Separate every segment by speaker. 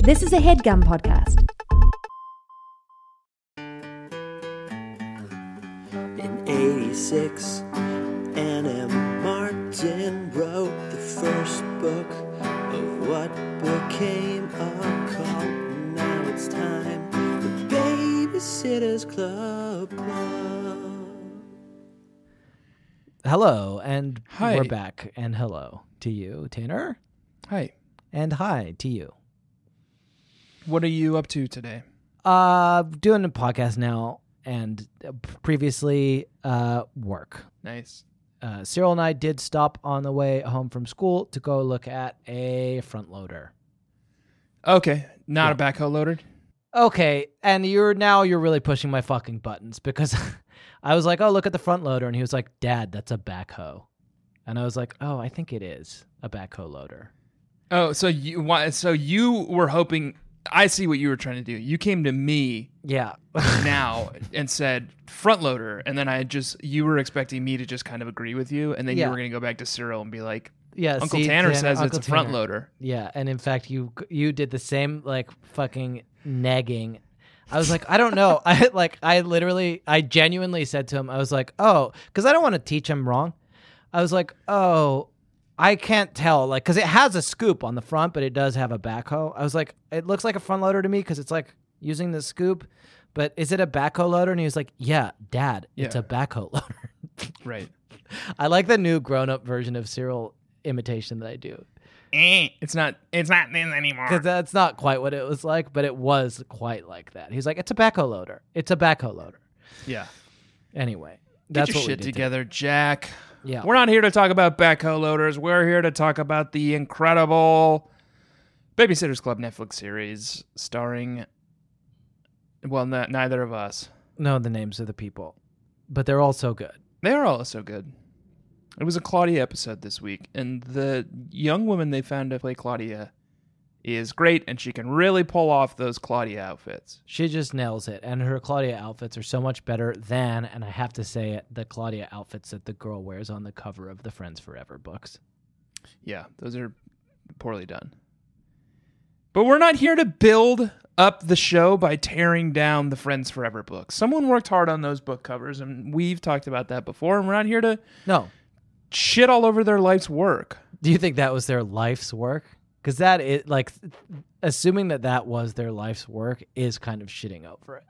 Speaker 1: This is a headgum podcast.
Speaker 2: In 86, Anna Martin wrote the first book of what became a cult. Now it's time for Babysitter's Club.
Speaker 3: Hello, and
Speaker 4: Hi.
Speaker 3: we're back. And hello to you, Tanner.
Speaker 4: Hi.
Speaker 3: And hi to you.
Speaker 4: What are you up to today?
Speaker 3: Uh, doing a podcast now, and uh, p- previously, uh, work.
Speaker 4: Nice.
Speaker 3: Uh, Cyril and I did stop on the way home from school to go look at a front loader.
Speaker 4: Okay. Not a backhoe loaded.
Speaker 3: Okay, and you're now you're really pushing my fucking buttons because I was like, "Oh, look at the front loader," and he was like, "Dad, that's a backhoe," and I was like, "Oh, I think it is a backhoe loader."
Speaker 4: Oh, so you why, so you were hoping I see what you were trying to do. You came to me
Speaker 3: Yeah,
Speaker 4: now and said front loader and then I just you were expecting me to just kind of agree with you and then
Speaker 3: Yeah.
Speaker 4: you were going to go back to Cyril and be like
Speaker 3: yeah.
Speaker 4: Uncle
Speaker 3: see,
Speaker 4: Uh, Tanner, says
Speaker 3: Uncle
Speaker 4: it's a front
Speaker 3: Tanner.
Speaker 4: loader.
Speaker 3: Yeah, and in fact, you you did the same like fucking nagging. I was like, I don't know. I like I literally I genuinely said to him, I was like, oh, because I don't want to teach him wrong. I was like, oh, I can't tell, like, because it has a scoop on the front, but it does have a backhoe. I was like, it looks like a front loader to me because it's like using the scoop. But is it a backhoe loader? And he was like, Yeah, Dad, it's
Speaker 4: Yeah.
Speaker 3: a backhoe loader.
Speaker 4: Right.
Speaker 3: I like the new grown-up version of Cyril imitation that I do.
Speaker 4: Eh, it's not it's not this anymore.
Speaker 3: Because that's not quite what it was like, but it was quite like that. He's like, it's a backhoe loader. It's a backhoe loader.
Speaker 4: Yeah.
Speaker 3: Anyway,
Speaker 4: Get
Speaker 3: that's
Speaker 4: your
Speaker 3: what we
Speaker 4: shit
Speaker 3: did today.
Speaker 4: together, Jack.
Speaker 3: Yeah.
Speaker 4: We're not here to talk about backhoe loaders. We're here to talk about the incredible Babysitters Club Netflix series starring, well, n- neither of us.
Speaker 3: No, the names of the people, but they're all so good.
Speaker 4: They are all so good. It was a Claudia episode this week, and the young woman they found to play Claudia is great, and she can really pull off those Claudia outfits.
Speaker 3: She just nails it, and her Claudia outfits are so much better than, and I have to say it, the Claudia outfits that the girl wears on the cover of the Friends Forever books.
Speaker 4: Yeah, those are poorly done. But we're not here to build up the show by tearing down the Friends Forever books. Someone worked hard on those book covers, and we've talked about that before, and we're not here to
Speaker 3: No,
Speaker 4: shit all over their life's work.
Speaker 3: do you think that was their life's work? Because that is like, assuming that that was their life's work is kind of shitting over it.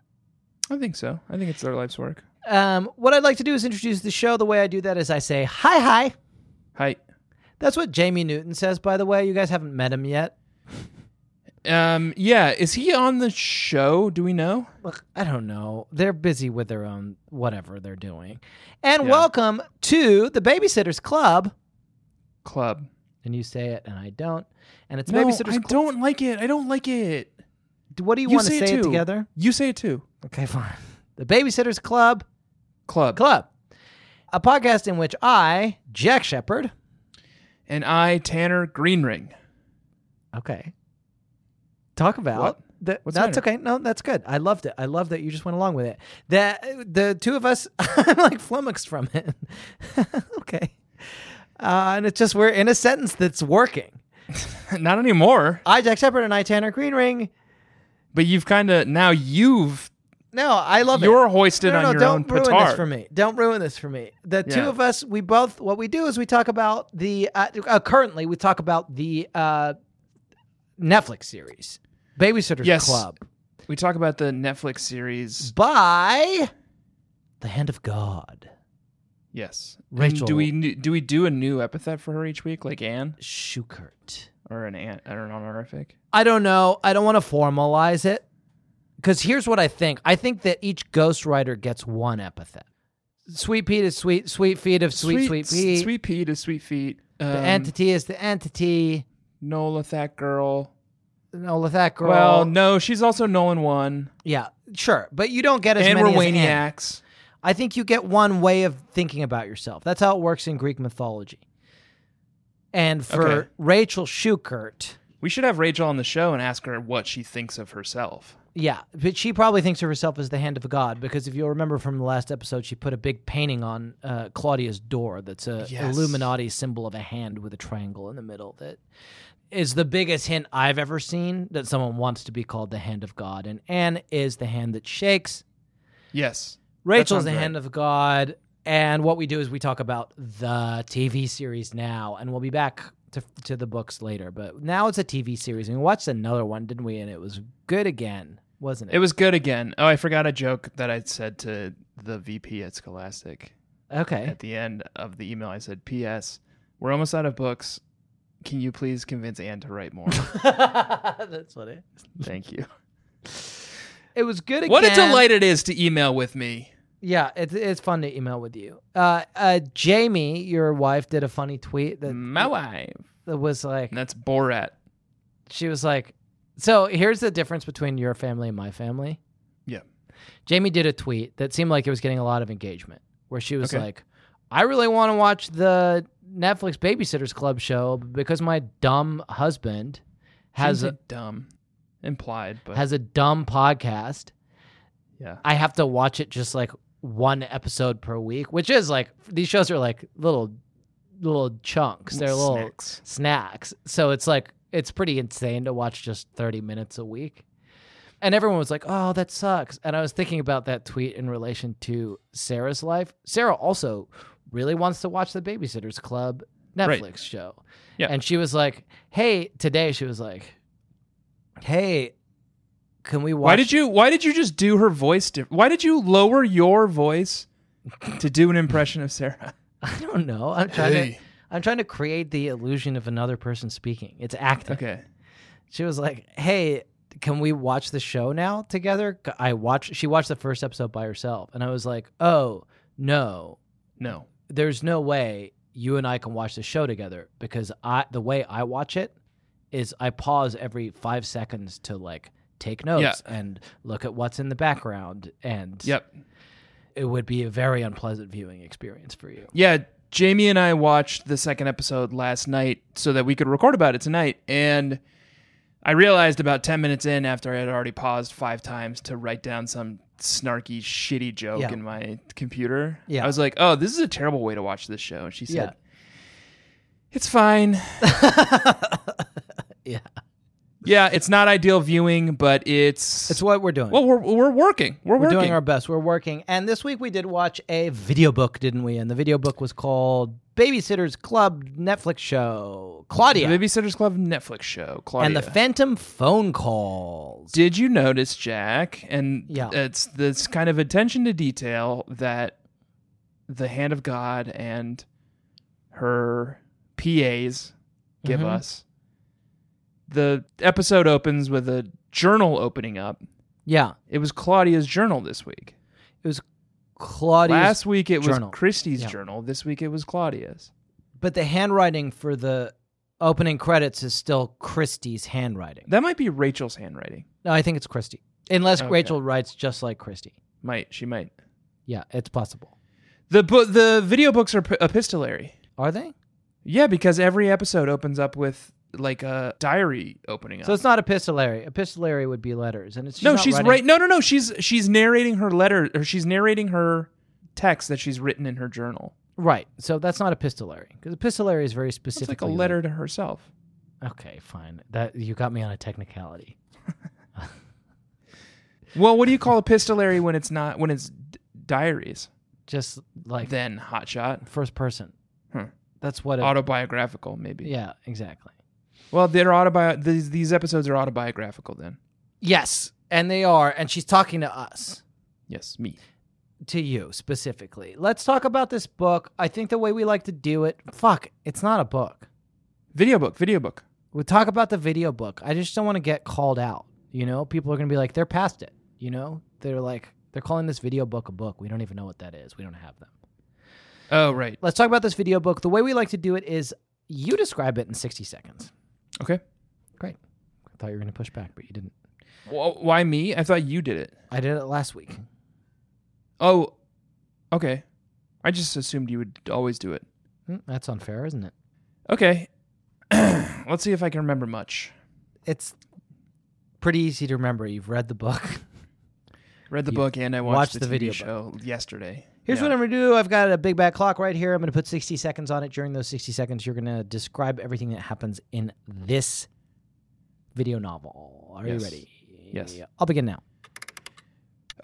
Speaker 4: I think so. I think it's their life's work.
Speaker 3: Um, what I'd like to do is introduce the show. The way I do that is I say, hi, hi.
Speaker 4: Hi.
Speaker 3: That's what Jamie Newton says, by the way. You guys haven't met him yet.
Speaker 4: Um, yeah, is he on the show? Do we know?
Speaker 3: Look, I don't know. They're busy with their own whatever they're doing. And
Speaker 4: Yeah.
Speaker 3: welcome to the Babysitters Club.
Speaker 4: Club.
Speaker 3: And you say it, and I don't. And it's
Speaker 4: No,
Speaker 3: Babysitters
Speaker 4: I
Speaker 3: Club.
Speaker 4: don't like it. I don't like it.
Speaker 3: What do you, want to say, it together?
Speaker 4: You say it too.
Speaker 3: Okay, fine. The Babysitters Club
Speaker 4: Club.
Speaker 3: Club, a podcast in which I, Jack Shepard,
Speaker 4: And I, Tanner Greenring.
Speaker 3: Okay. Talk about
Speaker 4: What?
Speaker 3: the-
Speaker 4: What's the
Speaker 3: that's
Speaker 4: matter?
Speaker 3: okay. No, that's good. I loved it. I love that you just went along with it. That the two of us, I'm like flummoxed from it. okay, uh, and it's just we're in a sentence that's working.
Speaker 4: not anymore.
Speaker 3: I, Jack Shepard, and I, Tanner Greenring.
Speaker 4: But you've kind of now you've
Speaker 3: No, I love it.
Speaker 4: You're hoisted
Speaker 3: no,
Speaker 4: on
Speaker 3: no,
Speaker 4: your
Speaker 3: don't
Speaker 4: own
Speaker 3: ruin
Speaker 4: petard.
Speaker 3: this for me. Don't ruin this for me. The two
Speaker 4: Yeah.
Speaker 3: of us, we both what we do is we talk about the uh, uh, currently we talk about the uh, Netflix series Babysitters
Speaker 4: Yes.
Speaker 3: Club.
Speaker 4: We talk about the Netflix series.
Speaker 3: by the hand of God.
Speaker 4: Yes. And
Speaker 3: Rachel-
Speaker 4: Do we n- do we do a new epithet for her each week, like Anne
Speaker 3: Schukert.
Speaker 4: or an Anne or an honorific?
Speaker 3: I don't know. I don't want to formalize it. Because here's what I think I think that each ghostwriter gets one epithet. Sweet Pete is sweet, sweet feet of sweet, sweet,
Speaker 4: s-
Speaker 3: Pete.
Speaker 4: Sweet Pete is sweet feet. Um,
Speaker 3: the entity is the entity.
Speaker 4: Nola, that girl.
Speaker 3: Nola that girl.
Speaker 4: Well, no, she's also Nolan one,
Speaker 3: yeah, sure, but you don't get as
Speaker 4: and we're
Speaker 3: many as Anne.
Speaker 4: Waniacs.
Speaker 3: I think you get one way of thinking about yourself. That's how it works in Greek mythology. And for
Speaker 4: Okay.
Speaker 3: Rachel Schukert,
Speaker 4: We should have Rachel on the show and ask her what she thinks of herself.
Speaker 3: yeah, but she probably thinks of herself as the hand of a god because if you'll remember from the last episode, she put a big painting on uh, Claudia's door that's a
Speaker 4: Yes.
Speaker 3: Illuminati symbol of a hand with a triangle in the middle that is the biggest hint I've ever seen that someone wants to be called the hand of God. And Anne is the hand that shakes.
Speaker 4: Yes.
Speaker 3: Rachel's
Speaker 4: sounds
Speaker 3: the
Speaker 4: right.
Speaker 3: hand of God. And what we do is we talk about the TV series now, and we'll be back to, to the books later. But now it's a TV series, and we watched another one, didn't we? And it was good again, wasn't it?
Speaker 4: It was good again. Oh, I forgot a joke that I said to the VP at Scholastic
Speaker 3: okay.
Speaker 4: at the end of the email. I said, P.S. We're almost out of books. Can you please convince Anne to write more?
Speaker 3: That's funny.
Speaker 4: Thank you.
Speaker 3: It was good again.
Speaker 4: What a delight it is to email with me.
Speaker 3: Yeah, it's it's fun to email with you. Uh, uh, Jamie, your wife, did a funny tweet that,
Speaker 4: My wife.
Speaker 3: that was like,
Speaker 4: And Mm. that's Borat.
Speaker 3: she was like, so here's the difference between your family and my family.
Speaker 4: Yeah.
Speaker 3: Jamie did a tweet that seemed like it was getting a lot of engagement, where she was
Speaker 4: Okay.
Speaker 3: like, I really want to watch the Netflix Babysitters Club show because my dumb husband has
Speaker 4: Has
Speaker 3: a,
Speaker 4: it dumb implied, but
Speaker 3: has a dumb podcast.
Speaker 4: yeah.
Speaker 3: I have to watch it just like one episode per week, which is like these shows are like little little chunks. They're little
Speaker 4: Snacks.
Speaker 3: snacks. So it's like it's pretty insane to watch just 30 minutes a week. And everyone was like, "Oh, that sucks." And I was thinking about that tweet in relation to Sarah's life. Sarah also really wants to watch the Babysitters Club Netflix
Speaker 4: Right.
Speaker 3: show.
Speaker 4: Yeah.
Speaker 3: And she was like, "Hey, today she was like, "Hey, can we watch
Speaker 4: Why did you why did you just do her voice diff- why did you lower your voice to do an impression of Sarah?
Speaker 3: I don't know. I'm trying to
Speaker 4: Hey.
Speaker 3: I'm trying to create the illusion of another person speaking. It's acting.
Speaker 4: Okay.
Speaker 3: She was like, "Hey, can we watch the show now together?" C- I watched she watched the first episode by herself and I was like, "Oh, no.
Speaker 4: No.
Speaker 3: There's no way you and I can watch the show together because I the way I watch it is I pause every 5 seconds to like take notes and look at what's in the background and
Speaker 4: Yep.
Speaker 3: it would be a very unpleasant viewing experience for you.
Speaker 4: Yeah, Jamie and I watched the second episode last night so that we could record about it tonight and I realized about 10 minutes in after I had already paused 5 times to write down some snarky shitty joke
Speaker 3: Yeah.
Speaker 4: in my computer.
Speaker 3: Yeah.
Speaker 4: I was like, "Oh, this is a terrible way to watch this show." And she said,
Speaker 3: Yeah.
Speaker 4: "It's fine."
Speaker 3: Yeah.
Speaker 4: Yeah, it's not ideal viewing, but it's
Speaker 3: It's what we're doing.
Speaker 4: Well, we're we're working. We're,
Speaker 3: We're
Speaker 4: working.
Speaker 3: doing our best. We're working. And this week we did watch a video book, didn't we? And the video book was called Babysitters Club Netflix show Claudia
Speaker 4: The Babysitters Club Netflix show. Claudia.
Speaker 3: and the Phantom Phone Calls.
Speaker 4: Did you notice, Jack? And
Speaker 3: Yeah.
Speaker 4: it's this kind of attention to detail that the hand of God and her PAs give
Speaker 3: Mhm.
Speaker 4: us. The episode opens with a journal opening up.
Speaker 3: Yeah,
Speaker 4: It was Claudia's journal this week.
Speaker 3: it was Claudia's.
Speaker 4: Last week it
Speaker 3: journal.
Speaker 4: was Christie's
Speaker 3: Yeah.
Speaker 4: journal. This week it was Claudia's.
Speaker 3: but the handwriting for the opening credits is still Christie's handwriting.
Speaker 4: That might be Rachel's handwriting.
Speaker 3: No, I think it's Christie, unless
Speaker 4: Okay.
Speaker 3: Rachel writes just like Christie.
Speaker 4: Might she might.
Speaker 3: Yeah, it's possible.
Speaker 4: The bu- the video books are p- epistolary.
Speaker 3: Are they?
Speaker 4: Yeah, because every episode opens up with like a diary opening up.
Speaker 3: So it's not epistolary. Epistolary would be letters, and it's
Speaker 4: no,
Speaker 3: not
Speaker 4: she's
Speaker 3: writing-
Speaker 4: right. No, no, no. She's she's narrating her letter, or she's narrating her text that she's written in her journal.
Speaker 3: Right. So that's not epistolary because epistolary is very
Speaker 4: It's
Speaker 3: specific.
Speaker 4: like a letter to herself.
Speaker 3: okay, fine. That you got me on a technicality.
Speaker 4: Well, what do you call epistolary when it's not when it's d- diaries?
Speaker 3: Just like
Speaker 4: Then hotshot,
Speaker 3: first person.
Speaker 4: Hmm.
Speaker 3: That's what. It,
Speaker 4: autobiographical maybe.
Speaker 3: yeah. Exactly.
Speaker 4: Well, they're autobi. These these episodes are autobiographical then.
Speaker 3: Yes, and they are, and she's talking to us.
Speaker 4: Yes, me.
Speaker 3: To you specifically. Let's talk about this book. I think the way we like to do it, fuck, it's not a book.
Speaker 4: Video book. Video book.
Speaker 3: We talk about the video book. I just don't want to get called out. You know, people are going to be like, they're past it. You know, they're like, they're calling this video book a book. We don't even know what that is. We don't have them.
Speaker 4: Oh right.
Speaker 3: Let's talk about this video book. The way we like to do it is you describe it in 60 seconds.
Speaker 4: Okay.
Speaker 3: Great. thought you were going to push back, but you didn't.
Speaker 4: Wh- Why me? I thought you did it.
Speaker 3: I did it last week.
Speaker 4: Oh, okay. I just assumed you would always do it.
Speaker 3: Hmm, that's unfair, isn't it?
Speaker 4: Okay. Let's see if I can remember much.
Speaker 3: It's pretty easy to remember. You've read the book.
Speaker 4: Read the
Speaker 3: You
Speaker 4: book and I watched,
Speaker 3: watched
Speaker 4: the,
Speaker 3: the
Speaker 4: TV
Speaker 3: video
Speaker 4: show yesterday.
Speaker 3: Here's
Speaker 4: Yeah.
Speaker 3: what I'm going to do. I've got a big back clock right here. I'm going to put 60 seconds on it. During those 60 seconds, you're going to describe everything that happens in this video novel. Are
Speaker 4: Yes.
Speaker 3: you ready?
Speaker 4: Yes.
Speaker 3: I'll begin now.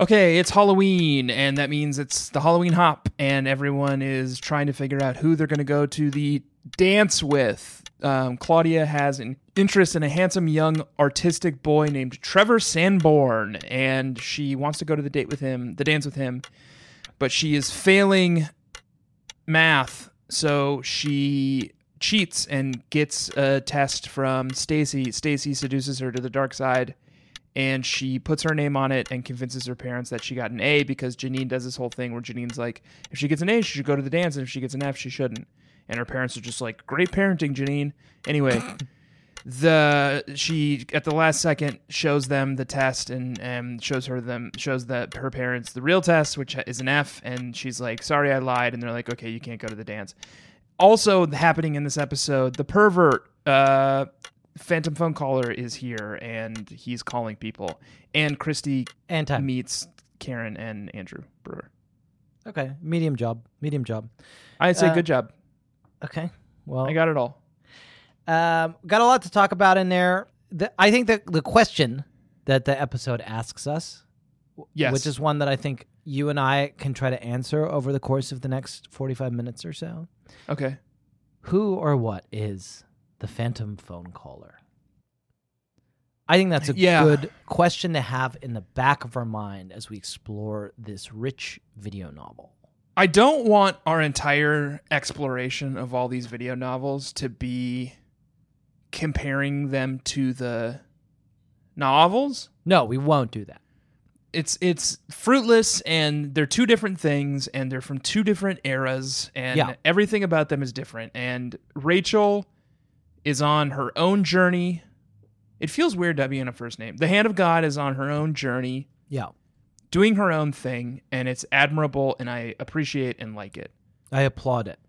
Speaker 4: Okay, it's Halloween, and that means it's the Halloween hop, and everyone is trying to figure out who they're going to go to the dance with. Um, Claudia has an interest in a handsome young artistic boy named Trevor Sanborn, and she wants to go to the date with him, the dance with him, but she is failing math, so she cheats and gets a test from Stacy. Stacy seduces her to the dark side and she puts her name on it and convinces her parents that she got an A because Janine does this whole thing where Janine's like, if she gets an A, she should go to the dance, and if she gets an F, she shouldn't. And her parents are just like, great parenting, Janine. Anyway, the she at the last second shows them the test and and shows her them shows that her parents the real test, which is an F, and she's like, sorry, I lied, and they're like, okay, you can't go to the dance. Also happening in this episode, the pervert. Uh, phantom phone caller is here and he's calling people and christy
Speaker 3: And time.
Speaker 4: meets karen and andrew brewer
Speaker 3: Okay. Medium job. Medium job.
Speaker 4: i say
Speaker 3: Uh,
Speaker 4: good job
Speaker 3: Okay. Well,
Speaker 4: i got it all
Speaker 3: Um, got a lot to talk about in there. The, I think that the question that the episode asks us, w-
Speaker 4: Yes.
Speaker 3: which is one that I think you and I can try to answer over the course of the next 45 minutes or so.
Speaker 4: okay
Speaker 3: Who or what is the phantom phone caller? I think that's a
Speaker 4: Yeah.
Speaker 3: good question to have in the back of our mind as we explore this rich video novel.
Speaker 4: i don't want our entire exploration of all these video novels to be comparing them to the novels
Speaker 3: No, we won't do that.
Speaker 4: it's it's fruitless and they're two different things and they're from two different eras and
Speaker 3: Yeah.
Speaker 4: everything about them is different and Rachel is on her own journey. It feels weird to be in a first name. The hand of God is on her own journey,
Speaker 3: Yeah.
Speaker 4: doing her own thing, and it's admirable and I appreciate and like it.
Speaker 3: I applaud it.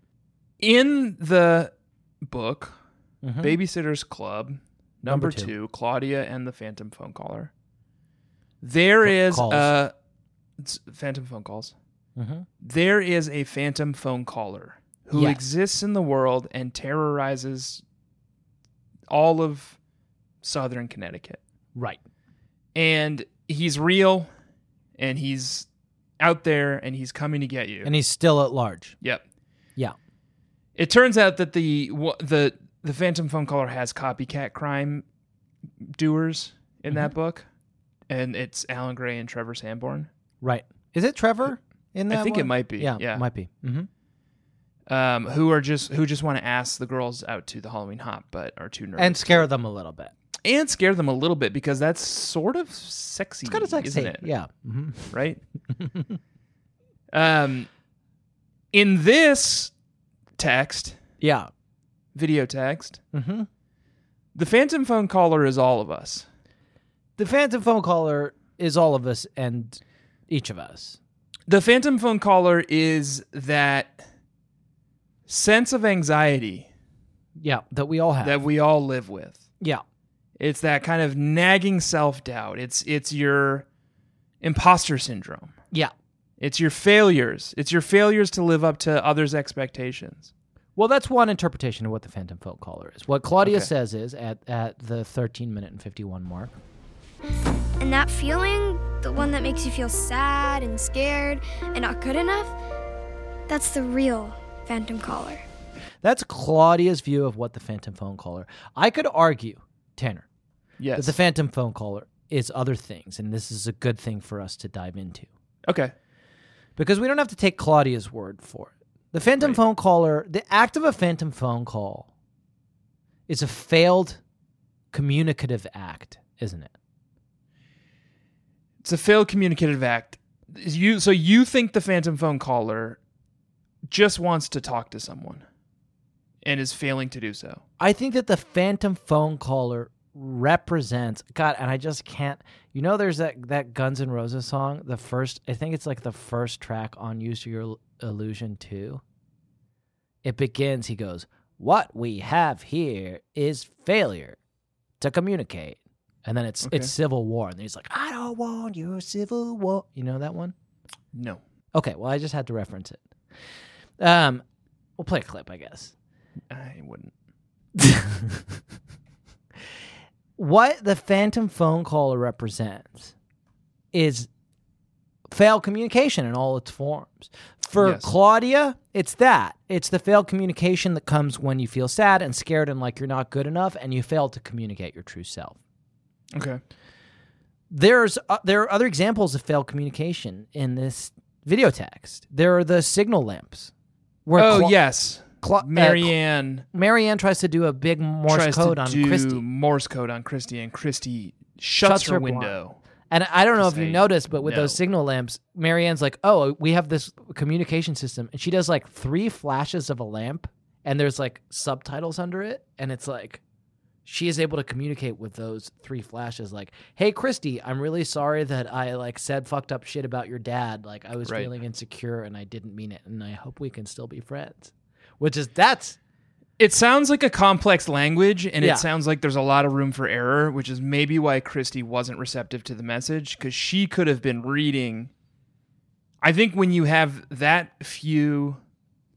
Speaker 4: In the book,
Speaker 3: Mhm.
Speaker 4: Babysitter's Club, number,
Speaker 3: Number
Speaker 4: two.
Speaker 3: two.
Speaker 4: Claudia and the Phantom Phone Caller. There
Speaker 3: Ph-
Speaker 4: is
Speaker 3: calls.
Speaker 4: a it's Phantom Phone Calls.
Speaker 3: Mhm.
Speaker 4: There is a Phantom Phone Caller who
Speaker 3: Yes.
Speaker 4: exists in the world and terrorizes all of Southern Connecticut.
Speaker 3: Right.
Speaker 4: And he's real, and he's out there, and he's coming to get you.
Speaker 3: And he's still at large.
Speaker 4: yep.
Speaker 3: Yeah.
Speaker 4: It turns out that the wh- the the phantom phone caller has copycat crime doers in that
Speaker 3: Mm-hmm.
Speaker 4: book, and it's Alan Gray and Trevor Sanborn.
Speaker 3: Right. Is it Trevor in that?
Speaker 4: I think it
Speaker 3: one?
Speaker 4: might be,
Speaker 3: Yeah,
Speaker 4: yeah.
Speaker 3: it might be. hmm
Speaker 4: Um, who are just who just want to ask the girls out to the Halloween hop, but are too nervous
Speaker 3: And scare them a little bit.
Speaker 4: and scare them a little bit because that's sort of sexy.
Speaker 3: It's kind of sexy.
Speaker 4: isn't it?
Speaker 3: Yeah. hmm
Speaker 4: right? um, in this text,
Speaker 3: Yeah.
Speaker 4: video text,
Speaker 3: hmm
Speaker 4: the phantom phone caller is all of us.
Speaker 3: The phantom phone caller is all of us and each of us.
Speaker 4: The phantom phone caller is that sense of anxiety
Speaker 3: Yeah. That we all have.
Speaker 4: that we all live with.
Speaker 3: yeah.
Speaker 4: It's that kind of nagging self-doubt. It's it's your imposter syndrome.
Speaker 3: Yeah.
Speaker 4: It's your failures. It's your failures to live up to others' expectations.
Speaker 3: Well, that's one interpretation of what the phantom phone caller is. What Claudia
Speaker 4: Okay.
Speaker 3: says is at, at the 13 minute and 51 mark.
Speaker 5: And that feeling, the one that makes you feel sad and scared and not good enough, that's the real phantom caller.
Speaker 3: That's Claudia's view of what the phantom phone caller. I could argue, Tanner, that
Speaker 4: Yes.
Speaker 3: the phantom phone caller is other things, and this is a good thing for us to dive into.
Speaker 4: okay.
Speaker 3: because we don't have to take Claudia's word for it. The phantom phone caller, the act of a phantom phone call is a failed communicative act, isn't it?
Speaker 4: It's a failed communicative act. You so you think the phantom phone caller just wants to talk to someone and is failing to do so.
Speaker 3: I think that the phantom phone caller represents God, and I just can't. You know, there's that that Guns N' Roses song, the first. I think it's like the first track on "Use Your Ill- Illusion 2. It begins. He goes, "What we have here is failure to communicate," and then it's
Speaker 4: Okay.
Speaker 3: it's civil war, and he's like, "I don't want your civil war." You know that one?
Speaker 4: No.
Speaker 3: Okay, well, I just had to reference it. Um, we'll play a clip, I guess.
Speaker 4: I wouldn't.
Speaker 3: what the phantom phone caller represents is failed communication in all its forms. For
Speaker 4: Yes.
Speaker 3: Claudia, it's that. It's the failed communication that comes when you feel sad and scared and like you're not good enough and you fail to communicate your true self.
Speaker 4: Okay.
Speaker 3: There's uh, there are other examples of failed communication in this video text. There are the signal lamps. Where
Speaker 4: oh
Speaker 3: Cla-
Speaker 4: yes,
Speaker 3: Cla- uh,
Speaker 4: Marianne
Speaker 3: Marianne tries to do a big Morse
Speaker 4: tries
Speaker 3: code
Speaker 4: to
Speaker 3: on
Speaker 4: do
Speaker 3: Christy.
Speaker 4: Morse code on Christy, and Christy shuts,
Speaker 3: Shuts
Speaker 4: her,
Speaker 3: her blind.
Speaker 4: window.
Speaker 3: And I don't know if
Speaker 4: to
Speaker 3: you
Speaker 4: say
Speaker 3: noticed, but with
Speaker 4: no.
Speaker 3: those signal lamps, Marianne's like, "Oh, we have this communication system," and she does like three flashes of a lamp, and there's like subtitles under it, and it's like she is able to communicate with those three flashes. Like, "Hey, Christy, I'm really sorry that I like said fucked up shit about your dad. Like, I was
Speaker 4: Right.
Speaker 3: feeling insecure and I didn't mean it, and I hope we can still be friends." Which is that's
Speaker 4: It sounds like a complex language, and
Speaker 3: Yeah.
Speaker 4: it sounds like there's a lot of room for error, which is maybe why Christy wasn't receptive to the message because she could have been reading. I think when you have that few,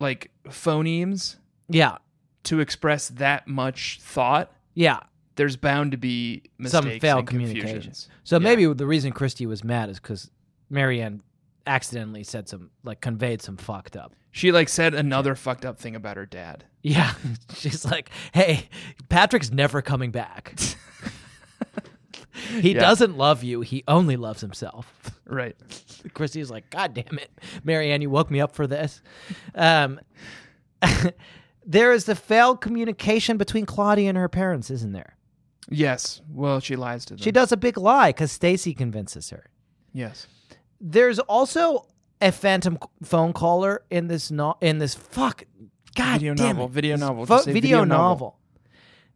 Speaker 4: like phonemes
Speaker 3: yeah,
Speaker 4: to express that much thought,
Speaker 3: yeah.
Speaker 4: there's bound to be mistakes
Speaker 3: some failed
Speaker 4: and
Speaker 3: communications.
Speaker 4: confusions.
Speaker 3: So
Speaker 4: Yeah.
Speaker 3: maybe the reason Christy was mad is because Marianne accidentally said some, like, conveyed some fucked up.
Speaker 4: She like said another fucked up thing about her dad.
Speaker 3: Yeah, she's like, "Hey, Patrick's never coming back. he
Speaker 4: Yeah.
Speaker 3: doesn't love you. He only loves himself."
Speaker 4: Right.
Speaker 3: Christy's like, God damn it, Marianne, you woke me up for this. Um, there is the failed communication between Claudia and her parents, isn't there?
Speaker 4: Yes. Well, she lies to them.
Speaker 3: She does a big lie because Stacy convinces her.
Speaker 4: Yes.
Speaker 3: there's also a phantom c- phone caller in this no- in this fuck god
Speaker 4: Video
Speaker 3: damn
Speaker 4: novel,
Speaker 3: it.
Speaker 4: video
Speaker 3: This
Speaker 4: novel,
Speaker 3: fo-
Speaker 4: just say
Speaker 3: video,
Speaker 4: video
Speaker 3: novel.
Speaker 4: novel.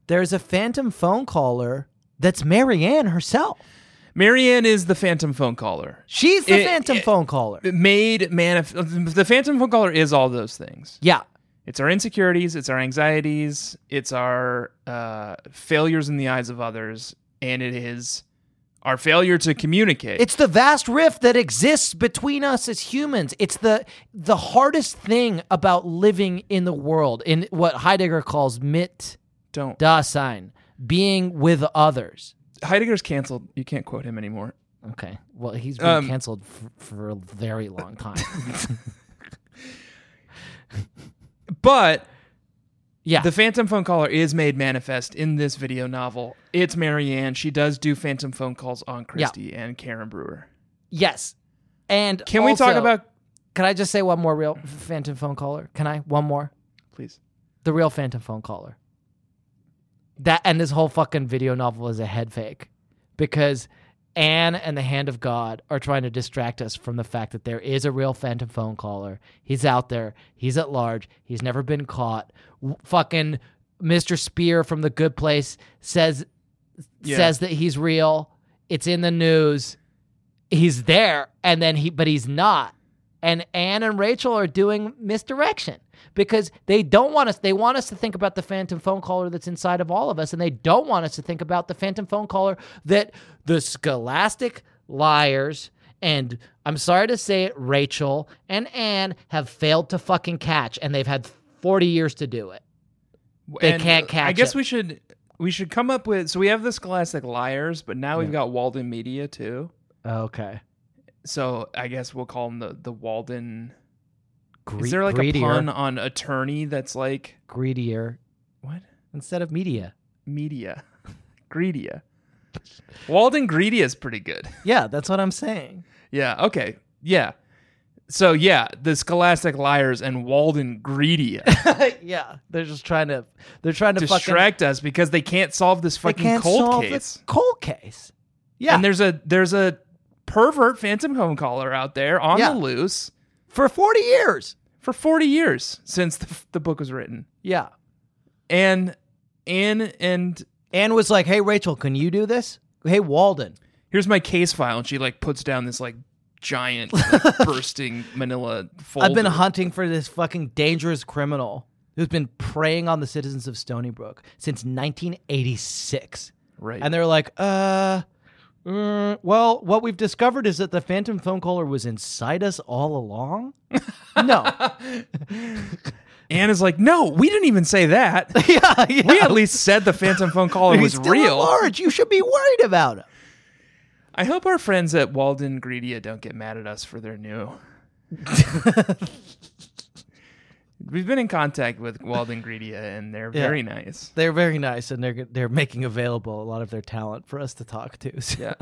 Speaker 3: There's a phantom phone caller that's Marianne herself.
Speaker 4: Marianne is the phantom phone caller.
Speaker 3: She's the
Speaker 4: It-
Speaker 3: phantom
Speaker 4: it-
Speaker 3: phone caller.
Speaker 4: Made manif- the phantom phone caller is all those things.
Speaker 3: yeah.
Speaker 4: It's our insecurities, it's our anxieties, it's our uh, failures in the eyes of others, and it is our failure to communicate.
Speaker 3: It's the vast rift that exists between us as humans. It's the the hardest thing about living in the world in what Heidegger calls mit
Speaker 4: don't
Speaker 3: Dasein, being with others.
Speaker 4: Heidegger's canceled. You can't quote him anymore.
Speaker 3: Okay. Well, he's been
Speaker 4: Um,
Speaker 3: canceled for, for a very long time.
Speaker 4: But
Speaker 3: yeah.
Speaker 4: the phantom phone caller is made manifest in this video novel. It's Marianne. She does do phantom phone calls on Christy and Karen Brewer.
Speaker 3: yes. And
Speaker 4: Can we talk
Speaker 3: also-
Speaker 4: about
Speaker 3: Can I just say one more real phantom phone caller? Can I? One more.
Speaker 4: please?
Speaker 3: The real phantom phone caller. That and this whole fucking video novel is a head fake because Anne and the Hand of God are trying to distract us from the fact that there is a real phantom phone caller. He's out there. He's at large. He's never been caught. W- fucking Mr. Spear from the Good Place says
Speaker 4: Yeah.
Speaker 3: says that he's real. It's in the news. He's there, and then he, but he's not. And Anne and Rachel are doing misdirection because they don't want us. They want us to think about the phantom phone caller that's inside of all of us, and they don't want us to think about the phantom phone caller that the scholastic liars and I'm sorry to say it, Rachel and Anne have failed to fucking catch, and they've had 40 years to do it. They can't
Speaker 4: I
Speaker 3: catch
Speaker 4: guess
Speaker 3: it.
Speaker 4: we should we should come up with so we have the Scholastic Liars, but now we've got Walden Media too.
Speaker 3: Okay.
Speaker 4: So I guess we'll call them the the Walden. Is there like
Speaker 3: greedier,
Speaker 4: a pun on attorney that's like
Speaker 3: greedier
Speaker 4: what
Speaker 3: instead of media?
Speaker 4: media, greedia? Walden greedia is pretty good.
Speaker 3: Yeah, that's what I'm saying.
Speaker 4: Yeah. Okay. Yeah. So yeah, the Scholastic Liars and Walden greedia
Speaker 3: yeah, they're just trying to they're trying to
Speaker 4: distract us because they can't solve this
Speaker 3: fucking,
Speaker 4: fucking cold
Speaker 3: solve the
Speaker 4: case.
Speaker 3: cold case. Yeah,
Speaker 4: And there's a there's a pervert phantom phone caller out there on
Speaker 3: Yeah.
Speaker 4: the loose
Speaker 3: for 40 years.
Speaker 4: for 40 years since the, the book was written.
Speaker 3: Yeah.
Speaker 4: And Anne and
Speaker 3: and was like, "Hey, Rachel, can you do this? Hey, Walden."
Speaker 4: Here's my case file, and she like puts down this like giant like, bursting Manila folder.
Speaker 3: I've been hunting for this fucking dangerous criminal who's been preying on the citizens of Stony Brook since 1986.
Speaker 4: right.
Speaker 3: And they're like, uh, uh, well, what we've discovered is that the phantom phone caller was inside us all along. No.
Speaker 4: Anne is like, no, we didn't even say that.
Speaker 3: yeah, yeah.
Speaker 4: We at least said the phantom phone caller
Speaker 3: He's
Speaker 4: was
Speaker 3: still
Speaker 4: real.
Speaker 3: at large. You should be worried about him.
Speaker 4: I hope our friends at Walden Greedia don't get mad at us for their new. We've been in contact with Walden Greedia, and they're
Speaker 3: Yeah.
Speaker 4: very nice.
Speaker 3: They're very nice, and they're they're making available a lot of their talent for us to talk to. So,
Speaker 4: Yeah.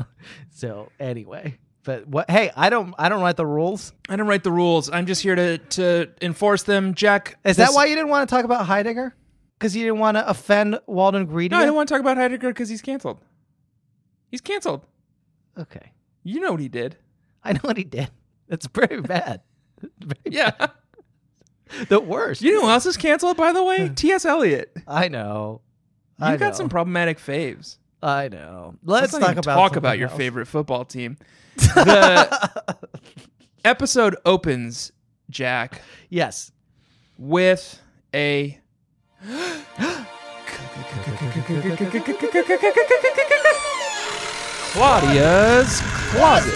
Speaker 3: so anyway, but what? Hey, I don't I don't write the rules.
Speaker 4: I don't write the rules. I'm just here to to enforce them. Jack,
Speaker 3: Is
Speaker 4: this-
Speaker 3: that why you didn't want to talk about Heidegger? Because you didn't want to offend Walden Greedy?
Speaker 4: No, I don't want to talk about Heidegger because he's canceled. He's canceled.
Speaker 3: okay,
Speaker 4: You know what he did?
Speaker 3: I know what he did. That's very bad. Very-
Speaker 4: Yeah.
Speaker 3: the worst.
Speaker 4: you know who else is canceled? By the way, T.S. Eliot.
Speaker 3: I know.
Speaker 4: You've
Speaker 3: I
Speaker 4: got
Speaker 3: know.
Speaker 4: some problematic faves.
Speaker 3: I know. Let's,
Speaker 4: not
Speaker 3: talk
Speaker 4: even
Speaker 3: about
Speaker 4: talk about
Speaker 3: something
Speaker 4: your
Speaker 3: else.
Speaker 4: favorite football team. The episode opens, Jack,
Speaker 3: Yes.
Speaker 4: with a Claudia's closet.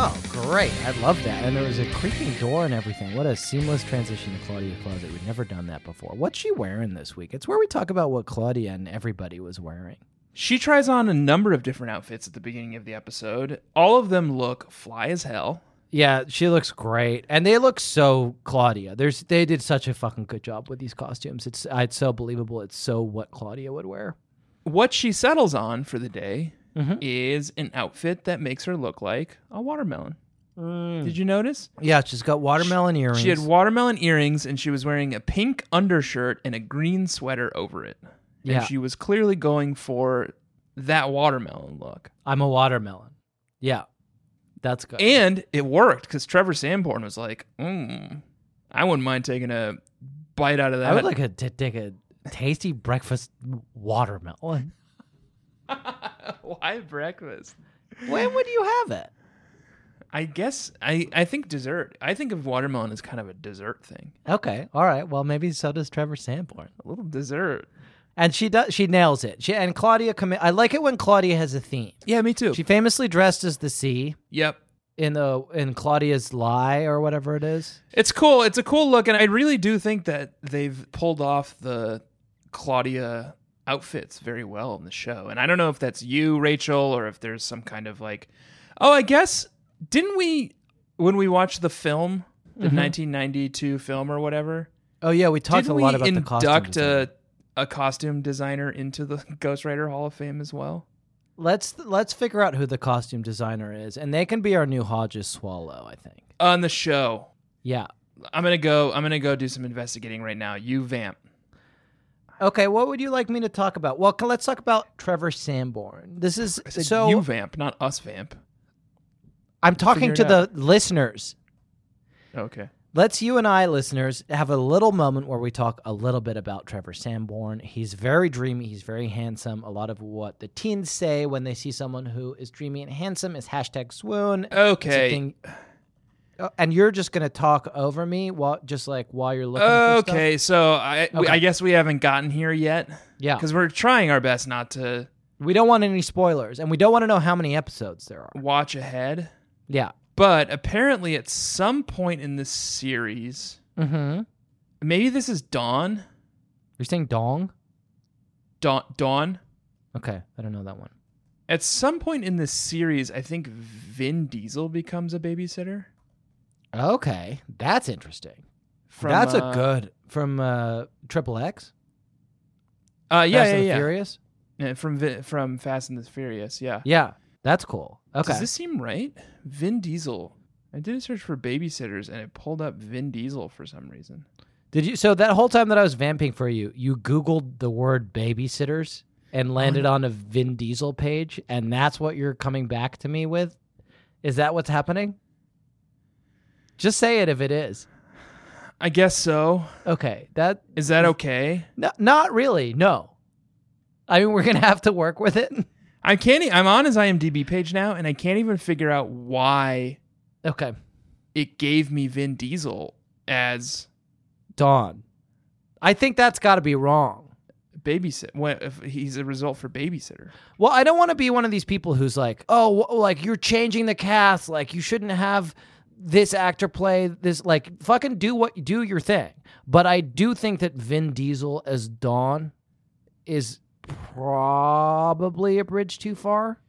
Speaker 3: Oh, great! I love that. And there was a creaking door and everything. What a seamless transition to Claudia Closet. We've never done that before. What's she wearing this week? It's where we talk about what Claudia and everybody was wearing.
Speaker 4: She tries on a number of different outfits at the beginning of the episode. All of them look fly as hell.
Speaker 3: Yeah, she looks great, and they look so Claudia. There's they did such a fucking good job with these costumes. It's uh, it's so believable. It's so what Claudia would wear.
Speaker 4: What she settles on for the day
Speaker 3: Mm-hmm.
Speaker 4: is an outfit that makes her look like a watermelon. Did you notice?
Speaker 3: Yeah, she's got Hmm. watermelon earrings.
Speaker 4: Mm. She had watermelon earrings and she was wearing a pink undershirt and a green sweater over it.
Speaker 3: Yeah.
Speaker 4: And she was clearly going for that watermelon look.
Speaker 3: I'm a watermelon. Yeah, that's good.
Speaker 4: And it worked because Trevor Sanborn was like, mm, I wouldn't mind taking a bite out of that.
Speaker 3: I would like a, to take a tasty breakfast watermelon.
Speaker 4: Why breakfast?
Speaker 3: when would you have it?
Speaker 4: I guess I, I think dessert. I think of watermelon as kind of a dessert thing.
Speaker 3: Okay, all right. Well, maybe so does Trevor Sanborn.
Speaker 4: A little dessert.
Speaker 3: And she does. She nails it. She and Claudia. Commi- I like it when Claudia has a theme.
Speaker 4: Yeah, me too.
Speaker 3: She famously dressed as the sea
Speaker 4: yep.
Speaker 3: in the in Claudia's lie or whatever it is.
Speaker 4: It's cool. It's a cool look, and I really do think that they've pulled off the Claudia outfits very well in the show. And I don't know if that's you, Rachel, or if there's some kind of like, oh, I guess didn't we when we watched the film, the 1992 film or whatever,
Speaker 3: Oh yeah, we Mm-hmm. talked
Speaker 4: didn't
Speaker 3: a lot
Speaker 4: we
Speaker 3: about the costume.
Speaker 4: induct
Speaker 3: design.
Speaker 4: a a costume designer into the Ghost Rider Hall of Fame as well?
Speaker 3: let's let's figure out who the costume designer is, and they can be our new Hodges Swallow. I think.
Speaker 4: On the show,
Speaker 3: Yeah.
Speaker 4: I'm gonna go. I'm gonna go do some investigating right now. You vamp.
Speaker 3: Okay. What would you like me to talk about? Well, c- let's talk about Trevor Sanborn. This is
Speaker 4: I said
Speaker 3: so.
Speaker 4: you vamp, not us vamp.
Speaker 3: I'm talking to
Speaker 4: Figure it
Speaker 3: the listeners.
Speaker 4: Oh, Okay.
Speaker 3: Let's you and I, listeners, have a little moment where we talk a little bit about Trevor Sanborn. He's very dreamy. He's very handsome. A lot of what the teens say when they see someone who is dreamy and handsome is hashtag swoon. It's a
Speaker 4: Okay.
Speaker 3: thing- Oh, And you're just gonna talk over me while just like while you're looking. for stuff?
Speaker 4: Okay, so I we-
Speaker 3: Okay.
Speaker 4: I guess we haven't gotten here yet.
Speaker 3: Yeah.
Speaker 4: Because we're trying our best not to
Speaker 3: We don't want any spoilers, and we don't want to know how many episodes there are.
Speaker 4: watch ahead.
Speaker 3: Yeah.
Speaker 4: But apparently, at some point in this series,
Speaker 3: Mm-hmm.
Speaker 4: maybe this is Dawn.
Speaker 3: You're saying dong?
Speaker 4: Dawn. Dawn.
Speaker 3: Okay, I don't know that one.
Speaker 4: At some point in this series, I think Vin Diesel becomes a babysitter.
Speaker 3: Okay, that's interesting.
Speaker 4: From,
Speaker 3: that's
Speaker 4: uh,
Speaker 3: a good from uh Triple X.
Speaker 4: Uh, yeah,
Speaker 3: Fast
Speaker 4: yeah,
Speaker 3: and the
Speaker 4: yeah.
Speaker 3: Furious.
Speaker 4: Yeah, From Vi- from Fast and the Furious. Yeah.
Speaker 3: Yeah, that's cool. Okay.
Speaker 4: Does this seem right? Vin Diesel. I did a search for babysitters and it pulled up Vin Diesel for some reason.
Speaker 3: Did you? So that whole time that I was vamping for you, you Googled the word babysitters and landed on a Vin Diesel page, and that's what you're coming back to me with. Is that what's happening? Just say it if it is.
Speaker 4: I guess so.
Speaker 3: Okay, that
Speaker 4: Is that okay?
Speaker 3: no, not really. No, I mean we're gonna have to work with it.
Speaker 4: I can't. e- I'm on his IMDb page now, and I can't even figure out why
Speaker 3: Okay,
Speaker 4: it gave me Vin Diesel as
Speaker 3: Dawn. I think that's got to be wrong.
Speaker 4: babysit. What if he's a result for babysitter?
Speaker 3: Well, I don't want to be one of these people who's like, oh, wh- like you're changing the cast. Like you shouldn't have this actor play this. Like fucking do what do your thing. But I do think that Vin Diesel as Dawn is probably a bridge too far.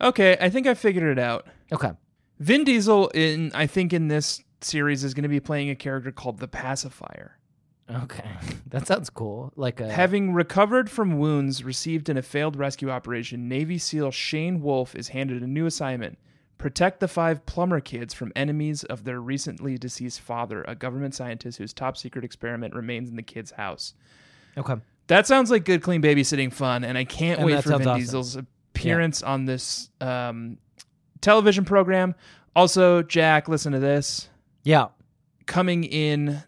Speaker 4: Okay, I think I figured it out.
Speaker 3: Okay.
Speaker 4: Vin Diesel in I think in this series is going to be playing a character called the pacifier.
Speaker 3: Okay. That sounds cool. Like a
Speaker 4: Having recovered from wounds received in a failed rescue operation, Navy SEAL Shane Wolf is handed a new assignment protect the five plumber kids from enemies of their recently deceased father, a government scientist whose top secret experiment remains in the kid's house.
Speaker 3: Okay.
Speaker 4: That sounds like good, clean babysitting fun, and I can't
Speaker 3: And
Speaker 4: wait
Speaker 3: that
Speaker 4: for
Speaker 3: sounds
Speaker 4: Vin
Speaker 3: awesome.
Speaker 4: Diesel's appearance on this um, television program. Also, Jack, listen to this
Speaker 3: Yeah.
Speaker 4: coming in